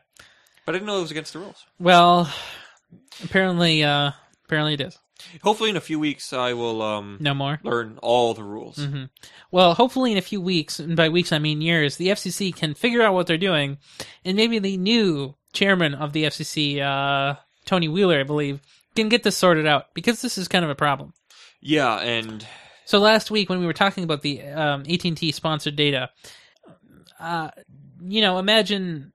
Speaker 1: But I didn't know it was against the rules.
Speaker 2: Well, apparently, uh, apparently it is.
Speaker 1: Hopefully, in a few weeks, I will um
Speaker 2: No more.
Speaker 1: learn all the rules.
Speaker 2: hmm Well, hopefully, in a few weeks, and by weeks I mean years, the FCC can figure out what they're doing, and maybe the new chairman of the FCC, uh, Tony Wheeler, I believe, can get this sorted out because this is kind of a problem.
Speaker 1: Yeah, and
Speaker 2: So last week when we were talking about the um, AT&T sponsored data, uh, you know, imagine,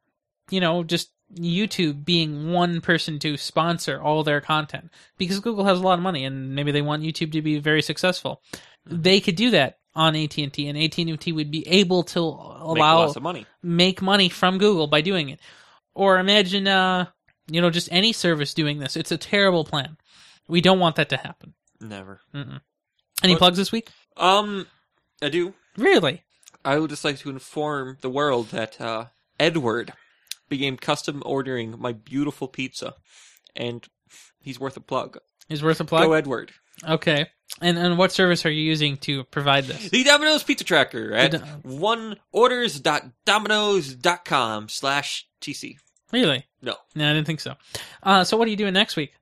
Speaker 2: you know, just YouTube being one person to sponsor all their content because Google has a lot of money and maybe they want YouTube to be very successful. They could do that on AT&T and AT&T would be able to
Speaker 1: make
Speaker 2: allow
Speaker 1: lots of money.
Speaker 2: make money from Google by doing it. Or imagine, uh, you know, just any service doing this. It's a terrible plan. We don't want that to happen.
Speaker 1: Never.
Speaker 2: Mm-mm. Any
Speaker 1: What-
Speaker 2: plugs this week?
Speaker 1: Um, I do.
Speaker 2: Really?
Speaker 1: I would just like to inform the world that uh, Edward began custom ordering my beautiful pizza, and he's worth a plug.
Speaker 2: Is worth a
Speaker 1: Go
Speaker 2: plug?
Speaker 1: Edward.
Speaker 2: Okay. And and what service are you using to provide this?
Speaker 1: The Domino's Pizza Tracker at
Speaker 2: The
Speaker 1: oneorders.domino's.com slash TC.
Speaker 2: Really?
Speaker 1: No.
Speaker 2: No, I didn't think so. Uh, so what are you doing next week?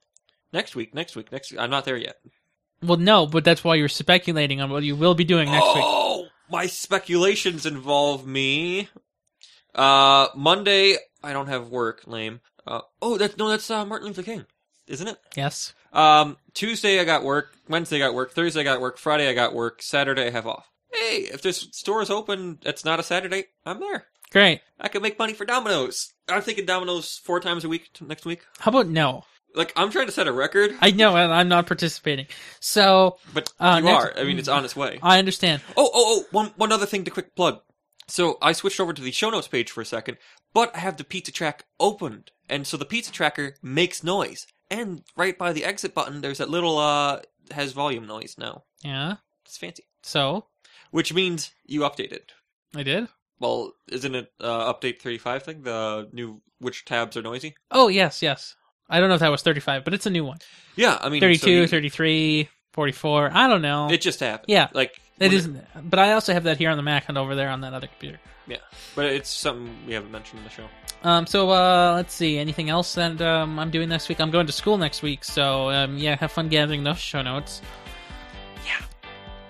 Speaker 1: Next week, next week, next I'm not there yet.
Speaker 2: Well, no, but that's why you're speculating on what you will be doing next week.
Speaker 1: oh, my speculations involve me. Uh, Monday, I don't have work, lame. Uh, oh, that's, no, that's uh, Martin Luther King, isn't it?
Speaker 2: Yes.
Speaker 1: Um, Tuesday I got work. Wednesday I got work. Thursday I got work. Friday I got work. Saturday I have off. Hey, if this store is open, it's not a Saturday. I'm there.
Speaker 2: Great.
Speaker 1: I can make money for Domino's. I'm thinking Domino's four times a week t- next week.
Speaker 2: How about no?
Speaker 1: Like I'm trying to set a record,
Speaker 2: I know and I'm not participating. So
Speaker 1: but
Speaker 2: Uh,
Speaker 1: you
Speaker 2: next-
Speaker 1: are. I mean, it's on its way.
Speaker 2: I understand.
Speaker 1: Oh, oh, oh! One, one other thing to quick plug. So I switched over to the show notes page for a second, but I have the pizza track opened, and so the pizza tracker makes noise. And right by the exit button, there's that little uh has volume noise now.
Speaker 2: Yeah.
Speaker 1: It's fancy.
Speaker 2: So
Speaker 1: Which means you updated.
Speaker 2: I did.
Speaker 1: Well, isn't it uh, update 35 thing? The new which tabs are noisy?
Speaker 2: Oh yes, yes. I don't know if that was 35, but it's a new one.
Speaker 1: Yeah, I mean so
Speaker 2: 32,
Speaker 1: you-
Speaker 2: 33, 44. I don't know.
Speaker 1: It just happened.
Speaker 2: Yeah.
Speaker 1: like
Speaker 2: It
Speaker 1: when-
Speaker 2: isn't. But I also have that here on the Mac and over there on that other computer.
Speaker 1: but it's something we haven't mentioned in the show.
Speaker 2: Um, so uh, let's see. Anything else that um, I'm doing next week? I'm going to school next week, so um, yeah, have fun gathering those show notes.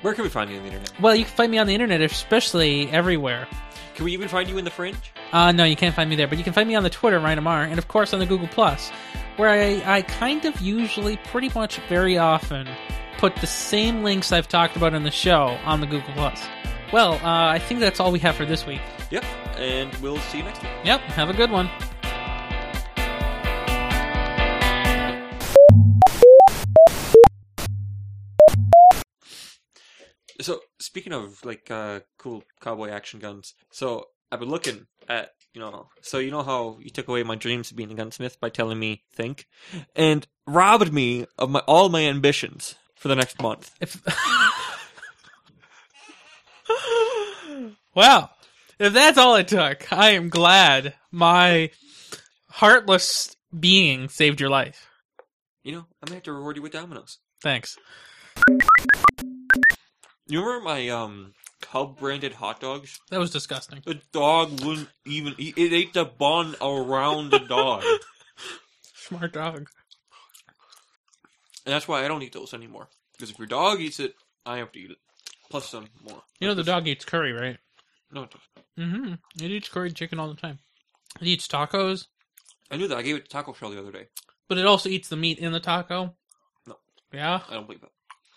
Speaker 1: Where can we find you on the internet?
Speaker 2: Well, you can find me on the internet, especially everywhere.
Speaker 1: Can we even find you in the fringe?
Speaker 2: Uh, no, you can't find me there, but you can find me on the Twitter, Ryan Amar, and of course on the Google Plus, where I, I kind of usually, pretty much very often, put the same links I've talked about in the show on the Google Plus. Well, uh, I think that's all we have for this week.
Speaker 1: Yep, and we'll see you next week.
Speaker 2: Yep, have a good one.
Speaker 1: So speaking of like uh, cool cowboy action guns, so I've been looking at you know, so you know how you took away my dreams of being a gunsmith by telling me think, and robbed me of my all my ambitions for the next month.
Speaker 2: If wow, if that's all it took, I am glad my heartless being saved your life.
Speaker 1: You know, I may have to reward you with dominoes.
Speaker 2: Thanks.
Speaker 1: You remember my um Cub branded hot dogs?
Speaker 2: That was disgusting.
Speaker 1: The dog wouldn't even eat. It ate the bun around the dog, and
Speaker 2: Smart dog.
Speaker 1: that's why I don't eat those anymore. Because if your dog eats it, I have to eat it. Plus some more.
Speaker 2: You know the dog eats curry, right?
Speaker 1: No, it doesn't.
Speaker 2: Mm-hmm. It eats curry chicken all the time. It eats tacos,
Speaker 1: I knew that. I gave it to Taco Shell the other day.
Speaker 2: but it also eats the meat in the taco.
Speaker 1: No.
Speaker 2: Yeah.
Speaker 1: I don't believe that.